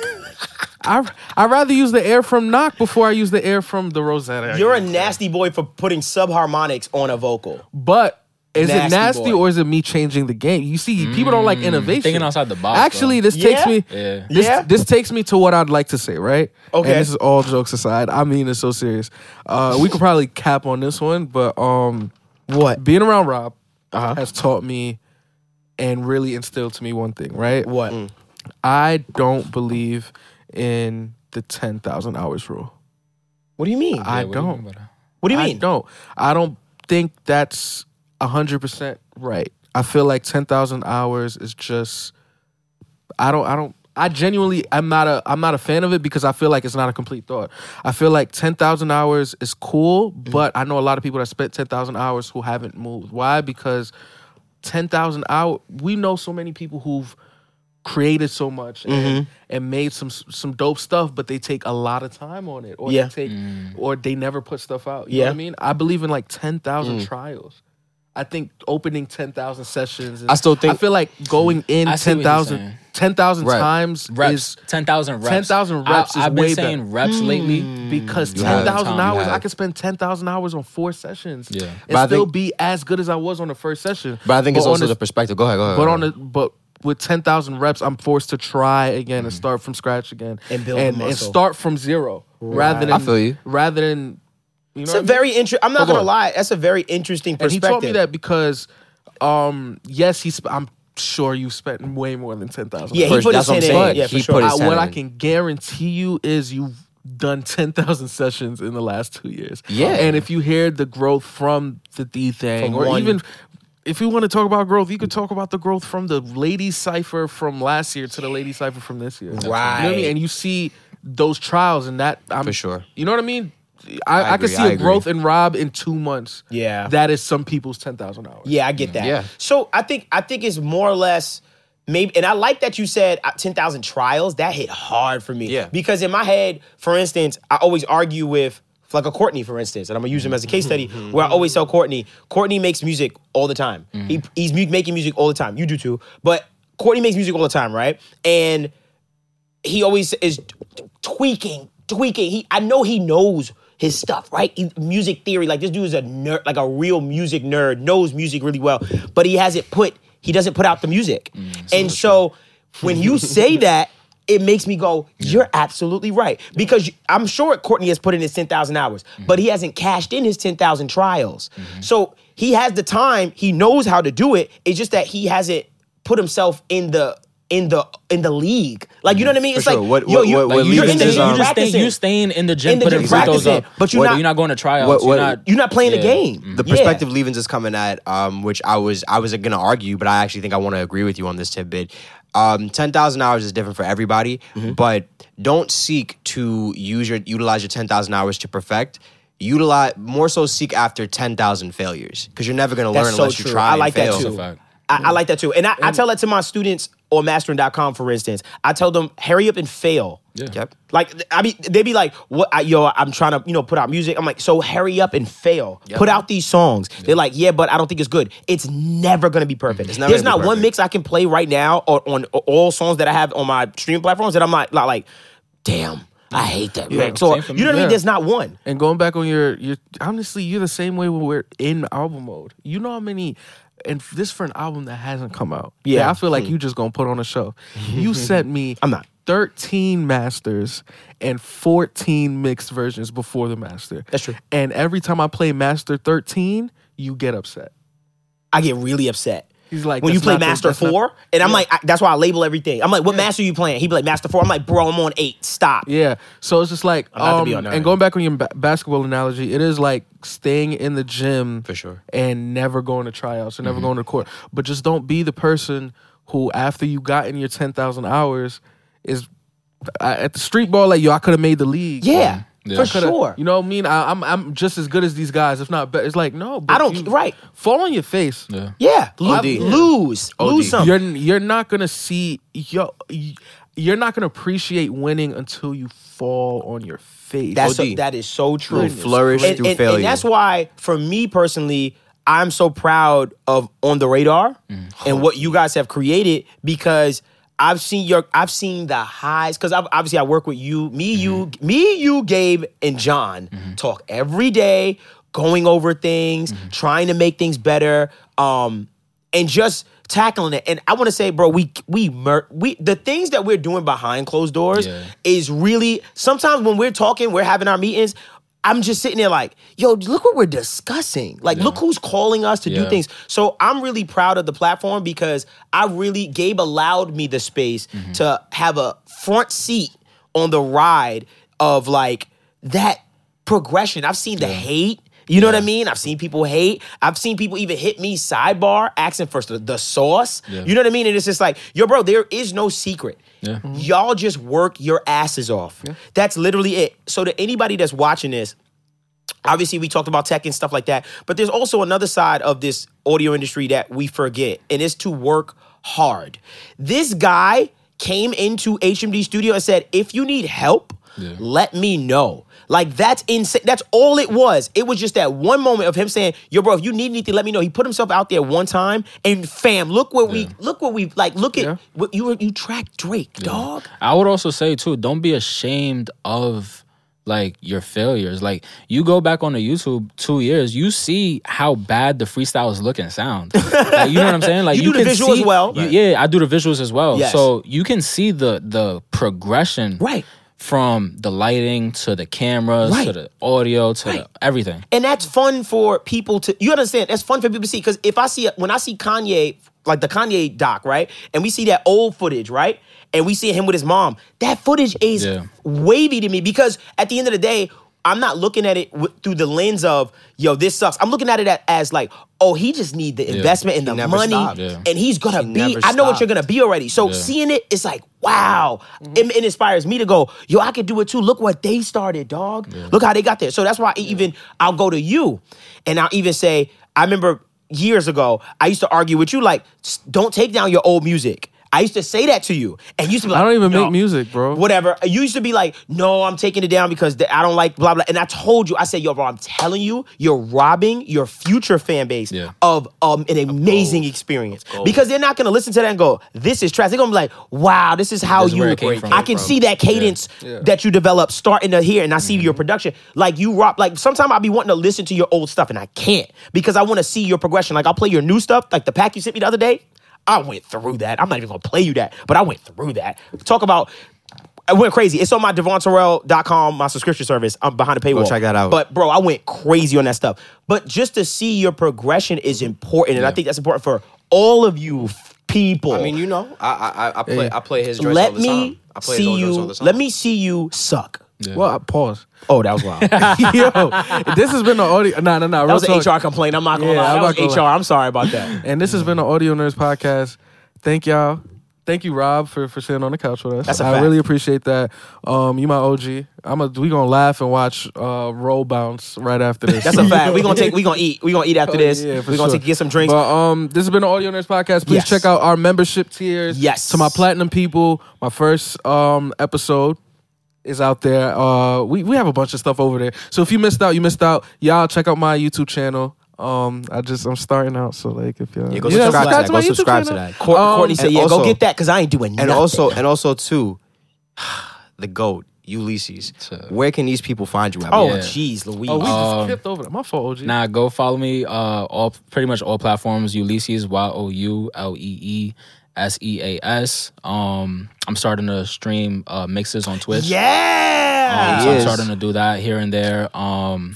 Speaker 3: I I rather use the air from Knock before I use the air from the Rosetta.
Speaker 1: You're a nasty boy for putting subharmonics on a vocal.
Speaker 3: But is it
Speaker 1: Nasty
Speaker 3: nasty
Speaker 1: boy.
Speaker 3: or is it me changing the game? You see, people don't like innovation.
Speaker 4: Mm, thinking outside the box,
Speaker 3: Actually,
Speaker 4: though.
Speaker 3: this takes
Speaker 1: Yeah?
Speaker 3: me.
Speaker 4: Yeah.
Speaker 3: This,
Speaker 1: Yeah?
Speaker 3: this takes me to what I'd like to say, right?
Speaker 1: Okay.
Speaker 3: And this is all jokes aside. I mean, it's so serious. Uh, we could probably cap on this one, but um,
Speaker 1: What?
Speaker 3: being around Rob
Speaker 1: Uh-huh.
Speaker 3: has taught me and really instilled to me one thing, right?
Speaker 1: What?
Speaker 3: I don't believe in the ten thousand hours rule.
Speaker 1: What do you mean?
Speaker 3: I
Speaker 4: Yeah, what do you
Speaker 3: don't.
Speaker 4: mean by that?
Speaker 1: what do you
Speaker 3: I
Speaker 1: mean?
Speaker 3: don't. I don't think that's hundred percent right. I feel like ten thousand hours is just. I don't. I don't. I genuinely, I'm not a, I'm not a fan of it because I feel like it's not a complete thought. I feel like ten thousand hours is cool,
Speaker 1: Mm-hmm.
Speaker 3: but I know a lot of people that spent ten thousand hours who haven't moved. Why? Because ten thousand hours. We know so many people who've created so much and,
Speaker 1: Mm-hmm.
Speaker 3: and made some some dope stuff, but they take a lot of time on it, or
Speaker 1: Yeah.
Speaker 3: they take, or they never put stuff out. You know
Speaker 1: Yeah.
Speaker 3: what I mean? I believe in like ten thousand
Speaker 2: Mm.
Speaker 3: trials. I think opening ten thousand sessions. Is,
Speaker 2: I still think-
Speaker 3: I feel like going in
Speaker 4: I see what
Speaker 3: 10,000
Speaker 4: you're saying.
Speaker 3: 10,000
Speaker 2: Right.
Speaker 3: times
Speaker 4: Reps.
Speaker 3: is
Speaker 4: Ten thousand reps.
Speaker 3: 10,000 reps is
Speaker 4: I, I've been
Speaker 3: way
Speaker 4: saying
Speaker 3: better.
Speaker 1: Hmm.
Speaker 4: reps lately.
Speaker 3: because
Speaker 2: Mm. have.
Speaker 3: 10,000
Speaker 4: You
Speaker 3: hours,
Speaker 2: have.
Speaker 3: I could spend 10,000 hours on four sessions
Speaker 4: Yeah.
Speaker 3: and
Speaker 2: But I
Speaker 3: still
Speaker 2: think-
Speaker 3: be as good as I was on the first session.
Speaker 2: But I think it's
Speaker 3: on
Speaker 2: also
Speaker 3: this-
Speaker 2: the perspective. Go ahead, go ahead.
Speaker 3: but
Speaker 2: go
Speaker 3: on
Speaker 2: ahead.
Speaker 3: the but with 10,000 reps, I'm forced to try again
Speaker 2: Mm.
Speaker 3: and start from scratch again
Speaker 1: And build
Speaker 3: and, and
Speaker 1: muscle.
Speaker 3: start from zero rather than
Speaker 2: I feel you.
Speaker 3: rather than you know
Speaker 1: It's a
Speaker 3: what I mean?
Speaker 1: very interesting. I'm not
Speaker 3: Hold
Speaker 1: gonna
Speaker 3: on.
Speaker 1: lie. That's a very interesting
Speaker 3: And he
Speaker 1: perspective.
Speaker 3: taught me that because, um, yes, he. Sp- I'm sure you spent way more than ten thousand.
Speaker 1: Yeah, he
Speaker 2: First,
Speaker 1: put his
Speaker 2: that's what
Speaker 1: hand
Speaker 2: I'm
Speaker 1: in.
Speaker 2: saying.
Speaker 1: Yeah, for
Speaker 2: He
Speaker 1: sure.
Speaker 2: put
Speaker 3: I,
Speaker 2: his-
Speaker 3: what I
Speaker 2: Saturn.
Speaker 3: can guarantee you is you've done 10,000 sessions in the last two years.
Speaker 2: Yeah.
Speaker 3: And if you hear the growth from the D thing,
Speaker 1: From
Speaker 3: or
Speaker 1: one-
Speaker 3: even if you want to talk about growth, you could talk about the growth from the lady cipher from last year to the lady cipher from this year. You know what I mean?
Speaker 1: Right.
Speaker 3: And you see those trials and that. I'm,
Speaker 2: For sure.
Speaker 3: You know what I mean? I, I,
Speaker 2: agree,
Speaker 3: could see
Speaker 2: I
Speaker 3: a
Speaker 2: agree.
Speaker 3: growth in Rob in two months.
Speaker 1: Yeah.
Speaker 3: That is some people's 10,000 hours.
Speaker 1: Yeah, I get that.
Speaker 2: Yeah.
Speaker 1: So I think I think it's more or less maybe, and I like that you said uh, ten thousand trials. That hit hard for me.
Speaker 2: Yeah.
Speaker 1: Because in my head, for instance, I always argue with. Like a Courtney, for instance, and I'm gonna use him as a case study.
Speaker 3: Mm-hmm.
Speaker 1: Where I always tell Courtney, Courtney makes music all the time. He,
Speaker 3: Mm-hmm.
Speaker 1: he's mu- making music all the time. You do too, but Courtney makes music all the time, right? And he always is tweaking, tweaking. He, I know he knows his stuff, right? He- music theory, like this dude is a nerd, like a real music nerd, knows music really well, but he hasn't put, he doesn't put out the music. and so when you say that, it makes me go, you're absolutely right. Because you- I'm sure Courtney has put in his 10,000 hours, but he hasn't cashed in his 10,000 trials. So he has the time, he knows how to do it. It's just that he hasn't put himself in the in the in the league. Like you know what I mean? It's
Speaker 2: sure.
Speaker 1: like
Speaker 2: What-
Speaker 1: yo,
Speaker 2: what-
Speaker 1: you-
Speaker 2: what- what
Speaker 1: you're
Speaker 2: league
Speaker 1: in the
Speaker 2: is,
Speaker 1: you're
Speaker 2: um,
Speaker 4: you just
Speaker 1: practicing.
Speaker 4: staying, you staying in the gym
Speaker 1: In the
Speaker 4: putting
Speaker 1: gym
Speaker 4: free throws
Speaker 1: practicing,
Speaker 4: up,
Speaker 1: but you're
Speaker 4: Whether
Speaker 1: not-
Speaker 4: you're not going to tryouts.
Speaker 2: what-
Speaker 4: you're not,
Speaker 1: You're not playing the
Speaker 4: Yeah.
Speaker 1: game.
Speaker 2: the perspective Levens is coming at, um, which I was I was gonna argue, but I actually think I want to agree with you on this tidbit. Um, ten thousand hours is different for everybody,
Speaker 1: Mm-hmm.
Speaker 2: but don't seek to use your utilize your ten thousand hours to perfect. Utilize more so seek after ten thousand failures because you're never gonna
Speaker 1: That's
Speaker 2: learn
Speaker 1: so
Speaker 2: unless
Speaker 1: true.
Speaker 2: you try.
Speaker 1: I
Speaker 2: and
Speaker 1: like that
Speaker 2: fail.
Speaker 1: too.
Speaker 4: a fact.
Speaker 1: I, I like that too. And I, I tell that to my students on mastering.com, for instance. I tell them, hurry up and fail.
Speaker 2: Yep.
Speaker 1: Like th- I mean, they be like, "What? I, yo, I'm trying to, you know, put out music." I'm like, "So hurry up and fail. Put out these songs." They're like, "Yeah, but I don't think it's good. It's never gonna be perfect.
Speaker 2: never
Speaker 1: There's
Speaker 2: gonna
Speaker 1: not
Speaker 2: be
Speaker 1: one
Speaker 2: perfect.
Speaker 1: mix I can play right now or on all songs that I have on my streaming platforms that I'm not, not like, damn, I hate that mix. Or
Speaker 4: Same for
Speaker 1: you know what I mean?
Speaker 3: Yeah.
Speaker 1: There's not one.
Speaker 3: And going back on your your honestly, you're the same way when we're in album mode. You know how many and f- this for an album that hasn't come out.
Speaker 1: Yeah. Hmm.
Speaker 3: that I feel like you just gonna put on a show. You sent me
Speaker 1: I'm not.
Speaker 3: 13 masters and 14 mixed versions before the master.
Speaker 1: That's true.
Speaker 3: And every time I play master 13, you get upset.
Speaker 1: I get really upset.
Speaker 3: He's like,
Speaker 1: when you
Speaker 3: "That's
Speaker 1: play
Speaker 3: not the-
Speaker 1: Master
Speaker 3: that's not-
Speaker 1: Four, and I'm like, I, that's why I label everything. I'm like, what master you playing? He be like, Master Four. I'm like, bro, I'm on eight. Stop.
Speaker 3: Yeah. So it's just like
Speaker 1: about to be
Speaker 3: um,
Speaker 1: on nine.
Speaker 3: and going back on your ba- basketball analogy, it is like staying in the gym for
Speaker 2: sure.
Speaker 3: and never going to tryouts and never going to court. But just don't be the person who after you got in your 10,000 hours is I, at the street ball, like yo, I could have made the league.
Speaker 1: Yeah,
Speaker 4: Yeah.
Speaker 1: for
Speaker 3: Coulda-
Speaker 1: sure.
Speaker 3: You know what I mean? I, I'm I'm just as good as these guys, if not better. It's like no, but
Speaker 1: I don't-
Speaker 3: you-
Speaker 1: right.
Speaker 3: Fall on your face.
Speaker 4: Yeah.
Speaker 1: yeah, lo-
Speaker 2: OD.
Speaker 1: lose, lose something.
Speaker 3: You're you're not gonna see yo. you- You're not gonna appreciate winning until you fall on your face.
Speaker 1: That's so,
Speaker 2: OD.
Speaker 1: that is so true.
Speaker 2: You flourish
Speaker 1: and,
Speaker 2: through
Speaker 1: and- and
Speaker 2: failure.
Speaker 1: that's why, for me personally, I'm so proud of on the radar
Speaker 2: Mm-hmm.
Speaker 1: and what you guys have created because I've seen your I've seen the highs because I've, obviously I work with you, me, you,
Speaker 2: Mm-hmm.
Speaker 1: me, you, Gabe, and John talk every day, going over things,
Speaker 2: Mm-hmm.
Speaker 1: trying to make things better, um, and just tackling it. And I want to say, bro, we we mer- we the things that we're doing behind closed doors
Speaker 4: Yeah.
Speaker 1: is really sometimes when we're talking, we're having our meetings. I'm just sitting there like, yo, look what we're discussing. Like, look who's calling us to do
Speaker 4: Yeah.
Speaker 1: things. So I'm really proud of the platform because I really Gabe allowed me the space
Speaker 4: Mm-hmm.
Speaker 1: to have a front seat on the ride of like that progression. I've seen the hate. You know what I mean? I've seen people hate. I've seen people even hit me sidebar asking for the, the sauce. You know what I mean? And it's just like, yo, bro, there is no secret.
Speaker 4: Yeah.
Speaker 1: Y'all just work your asses off. That's literally it. So to anybody that's watching this, obviously we talked about tech and stuff like that, but there's also another side of this audio industry that we forget, and it's to work hard. This guy came into HMD Studio and said, "If you need help, let me know." Like that's insane. That's all it was. It was just that one moment of him saying, "Yo, bro, if you need anything, let me know." He put himself out there one time, and fam, look what we look what we like. Look at what you you track Drake, dog.
Speaker 4: I would also say too, don't be ashamed of like your failures. Like you go back on the YouTube two years, you see how bad the freestyles look and sound. Like, you know what I'm saying? Like
Speaker 1: You do the
Speaker 4: can
Speaker 1: visual as
Speaker 4: see-
Speaker 1: well.
Speaker 4: you- yeah, I do the visuals as well.
Speaker 1: Yes.
Speaker 4: So you can see the the progression,
Speaker 1: Right.
Speaker 4: From the lighting to the cameras
Speaker 1: Right.
Speaker 4: to the audio to
Speaker 1: Right.
Speaker 4: the, everything.
Speaker 1: And that's fun for people to you understand. That's fun for people to see because if I see when I see Kanye like the Kanye doc right, and we see that old footage right, and we see him with his mom, that footage is
Speaker 4: Yeah.
Speaker 1: wavy to me because at the end of the day. I'm not looking at it w- through the lens of yo, this sucks. I'm looking at it a- as like, oh, he just need the investment and the
Speaker 2: never
Speaker 1: money,
Speaker 2: stopped.
Speaker 4: Yeah.
Speaker 1: and he's gonna be. I know
Speaker 2: never
Speaker 1: what you're
Speaker 2: stopped.
Speaker 1: gonna be already. So seeing it, it's like, wow, it, it inspires me to go, yo, I can do it too. Look what they started, dog. Look how they got there. So that's why I even I'll go to you, and I'll even say, I remember years ago, I used to argue with you like, "S- don't take down your old music. I used to say that to you, and you used to be like,
Speaker 3: I don't even
Speaker 1: "No."
Speaker 3: make music, bro.
Speaker 1: Whatever. You used to be like, no, I'm taking it down because th- I don't like blah blah. And I told you, I said, yo, bro, I'm telling you, you're robbing your future fan base
Speaker 4: Yeah.
Speaker 1: of um, an amazing experience because they're not gonna listen to that and go, this is trash. They're gonna be like, wow, this is how
Speaker 4: This is
Speaker 1: you.
Speaker 4: where it came from.
Speaker 1: I can see that cadence that you develop starting to here, and I see
Speaker 4: Mm-hmm.
Speaker 1: your production. Like you rob. Like sometimes I'll be wanting to listen to your old stuff, and I can't because I want to see your progression. Like I'll play your new stuff, like the pack you sent me the other day. I went through that. I'm not even gonna play you that, but I went through that. Talk about I went crazy. It's on my devonterrell.com, my subscription service. I'm behind the paywall.
Speaker 2: check that out.
Speaker 1: But bro, I went crazy on that stuff. But just to see your progression is important, and I think that's important for all of you f- people.
Speaker 2: I mean, you know, I I I play I play his joints all
Speaker 1: let
Speaker 2: the time.
Speaker 1: me
Speaker 2: I play his
Speaker 1: see
Speaker 2: old joints
Speaker 1: you.
Speaker 2: all the time.
Speaker 1: Let me see you suck.
Speaker 3: Well, I pause.
Speaker 1: Oh, that was wild.
Speaker 3: Yo, this has been the audio. Nah, nah, nah.
Speaker 1: That was an HR complaint. I'm not gonna
Speaker 3: Yeah,
Speaker 1: lie.
Speaker 3: I'm
Speaker 1: That
Speaker 3: not
Speaker 1: was
Speaker 3: gonna
Speaker 1: HR.
Speaker 3: lie.
Speaker 1: I'm sorry about that.
Speaker 3: And this has been the Audio Nerds podcast. Thank y'all. Thank you, Rob, for, for sitting on the couch with us.
Speaker 1: That's a
Speaker 3: I
Speaker 1: fact.
Speaker 3: really appreciate that. Um, you my OG. I'm a, we gonna laugh and watch uh, roll bounce right after this.
Speaker 1: That's a fact. We're gonna take. We're gonna eat. We're gonna eat after this.
Speaker 3: Yeah, for
Speaker 1: we're gonna
Speaker 3: sure.
Speaker 1: take get some drinks.
Speaker 3: But um, this has been the Audio Nerds podcast. Please
Speaker 1: Yes.
Speaker 3: check out our membership tiers.
Speaker 1: Yes.
Speaker 3: To my platinum people, my first um episode is out there. Uh, we we have a bunch of stuff over there. So if you missed out, you missed out. Y'all check out my YouTube channel. Um, I just I'm starting out, so like if y'all
Speaker 2: Yeah, go subscribe to that. Go subscribe to that.
Speaker 1: Cour-
Speaker 3: Um,
Speaker 1: Courtney said,
Speaker 2: and
Speaker 1: "Yeah, go
Speaker 2: also-
Speaker 1: get that because I ain't doing nothing."
Speaker 2: and also and also too, the goat Ulysses. Where can these people find you? at,
Speaker 1: oh,
Speaker 2: man?
Speaker 4: Yeah.
Speaker 1: jeez, Louise.
Speaker 3: Oh, we
Speaker 4: Um,
Speaker 3: just skipped over that. My fault, OG.
Speaker 4: Nah, go follow me. Uh, all pretty much all platforms. Ulysses Y O U L E E S E A S. Um, I'm starting to stream uh, mixes on Twitch.
Speaker 1: yeah.
Speaker 4: Um, so I'm
Speaker 2: Yes.
Speaker 4: starting to do that here and there. Um,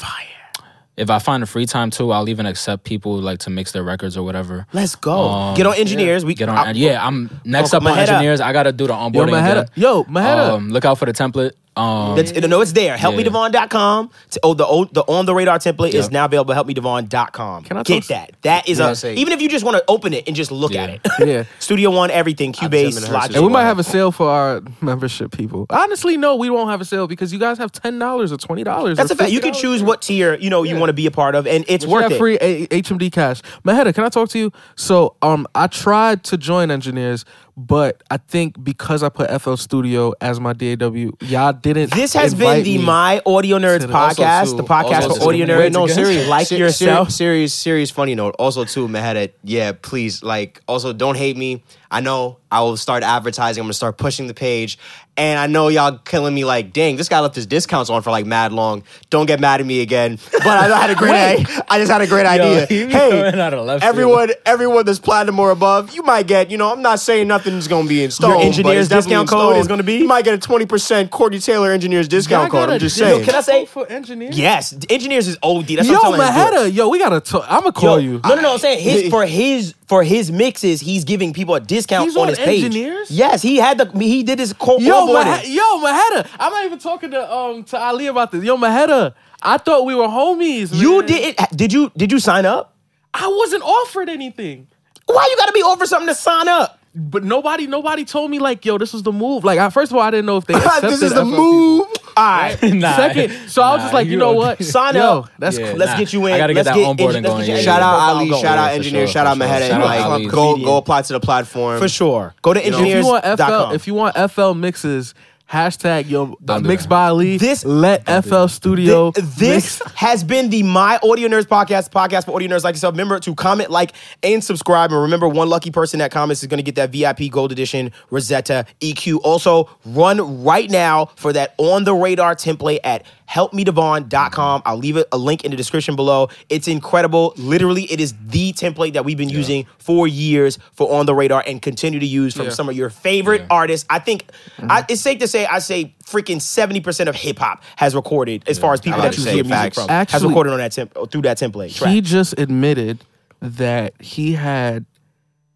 Speaker 4: If I find a free time too, I'll even accept people like to mix their records or whatever.
Speaker 1: Let's go.
Speaker 4: Um,
Speaker 1: get on engineers. We
Speaker 4: Get on.
Speaker 1: I-
Speaker 4: yeah, I'm next
Speaker 1: Oh,
Speaker 4: up on
Speaker 1: Maheda.
Speaker 4: engineers. I got to do the onboarding.
Speaker 3: Maheda.
Speaker 4: again.
Speaker 3: Yo, Maheda.
Speaker 4: Um, look out for the template. Um,
Speaker 1: That's, no, it's there. HelpMeDevon.com. T- Oh, the old, the on the radar template is now available. at HelpMeDevon.com.
Speaker 3: Can I
Speaker 1: get
Speaker 3: talk-
Speaker 1: that? That is
Speaker 2: Yeah,
Speaker 1: a
Speaker 2: say-
Speaker 1: even if you just want to open it and just look at it.
Speaker 3: Yeah.
Speaker 1: Studio One, everything, Cubase,
Speaker 2: Gemini Hertz
Speaker 1: Logic.
Speaker 2: is
Speaker 3: And we might
Speaker 2: Wow.
Speaker 3: have a sale for our membership people. Honestly, no, we won't have a sale because you guys have ten dollars or twenty dollars.
Speaker 1: That's a fact. You can choose what tier you know you want to be a part of, and it's
Speaker 3: Worth
Speaker 1: worth it.
Speaker 3: free a- HMD cash. Maheda, can I talk to you? So, um, I tried to join engineers, but I think because I put FL Studio as my DAW, y'all didn't.
Speaker 1: This has been
Speaker 3: invite
Speaker 1: the
Speaker 3: me.
Speaker 1: My Audio Nerds
Speaker 3: the- also
Speaker 1: podcast,
Speaker 3: to-
Speaker 1: the podcast
Speaker 2: also
Speaker 1: for
Speaker 2: to-
Speaker 1: audio nerds.
Speaker 2: Wait,
Speaker 1: No,
Speaker 2: to-
Speaker 1: seriously, like
Speaker 2: Se-
Speaker 1: yourself.
Speaker 2: Serious, serious, serious funny note. Also, too, Maheda, yeah, please, like, also don't hate me. I know I will start advertising. I'm gonna start pushing the page, and I know y'all killing me. Like, dang, this guy left his discounts on for like mad long. Don't get mad at me again. But I had a great, I, I just had a great idea.
Speaker 4: you be coming
Speaker 2: Hey,
Speaker 4: out of left field.
Speaker 2: everyone, everyone that's platinum or above, you might get. You know, I'm not saying nothing's gonna be in stone. but it's
Speaker 1: engineer's
Speaker 2: definitely in
Speaker 1: discount code
Speaker 2: stone.
Speaker 1: is gonna be?
Speaker 2: You might get a 20% Courtney Taylor engineer's
Speaker 3: Y'all
Speaker 2: discount
Speaker 3: got
Speaker 2: code.
Speaker 3: a
Speaker 2: I'm just
Speaker 3: discount
Speaker 2: saying.
Speaker 1: Can I say-
Speaker 3: code for engineers?
Speaker 1: Yes, engineers is OD. That's
Speaker 3: Yo,
Speaker 1: what I'm telling you.
Speaker 3: Maheda, yo, we gotta. Talk. I'm gonna call
Speaker 1: Yo,
Speaker 3: you.
Speaker 1: No, no, no. I'm saying his for his for his mixes, he's giving people a discount
Speaker 3: He's
Speaker 1: on,
Speaker 3: on
Speaker 1: his page.
Speaker 3: engineers?
Speaker 1: Yes, he had the he did his co-
Speaker 3: Yo,
Speaker 1: onboarding.
Speaker 3: Mah- yo, Maheda. I'm not even talking to um to Ali about this. Yo, Maheda. I thought we were homies.
Speaker 1: you
Speaker 3: man.
Speaker 1: didn't did you did you sign up?
Speaker 3: I wasn't offered anything.
Speaker 1: Why you gotta be over something to sign up?
Speaker 3: But nobody, nobody told me like, yo, this was the move. Like, I, first of all, I didn't know if they. Accepted
Speaker 2: this is the
Speaker 3: FLP.
Speaker 2: move.
Speaker 1: Alright.
Speaker 4: Nah.
Speaker 3: Second, so I was
Speaker 4: Nah,
Speaker 3: just like, you know
Speaker 4: okay.
Speaker 3: what?
Speaker 1: Sign
Speaker 3: Yo,
Speaker 1: up.
Speaker 3: That's
Speaker 4: Yeah.
Speaker 3: cool.
Speaker 1: Let's
Speaker 4: nah.
Speaker 1: get you in.
Speaker 4: I gotta get
Speaker 1: Let's
Speaker 4: that onboarding
Speaker 1: engi- let's get
Speaker 4: going,
Speaker 1: your
Speaker 4: yeah.
Speaker 1: engineer
Speaker 2: Shout out
Speaker 1: profile
Speaker 2: Ali,
Speaker 1: going.
Speaker 2: shout
Speaker 4: Yeah,
Speaker 2: out
Speaker 4: for
Speaker 2: engineer,
Speaker 4: sure,
Speaker 2: shout
Speaker 4: for
Speaker 2: out
Speaker 4: sure.
Speaker 2: Maheda,
Speaker 4: Shout
Speaker 2: and
Speaker 4: out
Speaker 2: like
Speaker 4: Ali.
Speaker 2: go go apply to the platform
Speaker 1: for sure.
Speaker 2: Go to
Speaker 3: If you want FL,
Speaker 2: engineers.com.
Speaker 3: if you want FL mixes, hashtag yo uh,
Speaker 4: do
Speaker 3: mixed
Speaker 4: that.
Speaker 3: by Ali.
Speaker 1: This-
Speaker 3: let FL Studio.
Speaker 1: Th- this has been the My Audio Nerds podcast, podcast for audio nerds like yourself. Remember to comment, like, and subscribe. And remember, one lucky person that comments is going to get that VIP Gold Edition Rosetta EQ. Also, run right now for that on the radar template at helpmedevon.com. I'll leave it, a link in the description below. It's incredible. Literally, it is the template that we've been using for years for on the radar and continue to use from
Speaker 3: Yeah. Mm-hmm.
Speaker 1: some of your favorite artists. I think I, it's safe to say I say freaking 70% of hip hop has recorded as far as people
Speaker 2: I
Speaker 1: that
Speaker 2: would
Speaker 1: you
Speaker 2: say
Speaker 1: hear music
Speaker 2: facts.
Speaker 1: from has
Speaker 3: Actually-
Speaker 1: recorded on that temp- oh, through that template. Track.
Speaker 3: He just admitted that he had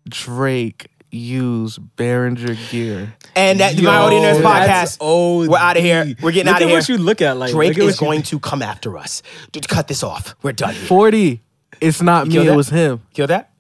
Speaker 3: Drake use Behringer gear.
Speaker 1: and that my
Speaker 4: Yo,
Speaker 1: audio nerds podcast.
Speaker 4: that's OD.
Speaker 1: We're out of here. We're getting
Speaker 4: Look
Speaker 1: out of
Speaker 4: at
Speaker 1: here.
Speaker 4: what you look at, like,
Speaker 1: Drake
Speaker 4: look at
Speaker 1: is
Speaker 4: what you-
Speaker 1: going to come after us. Dude, cut this off. We're done. Here.
Speaker 3: Forty. It's not me.
Speaker 1: kill
Speaker 3: It
Speaker 1: that?
Speaker 3: was him.
Speaker 1: Kill that.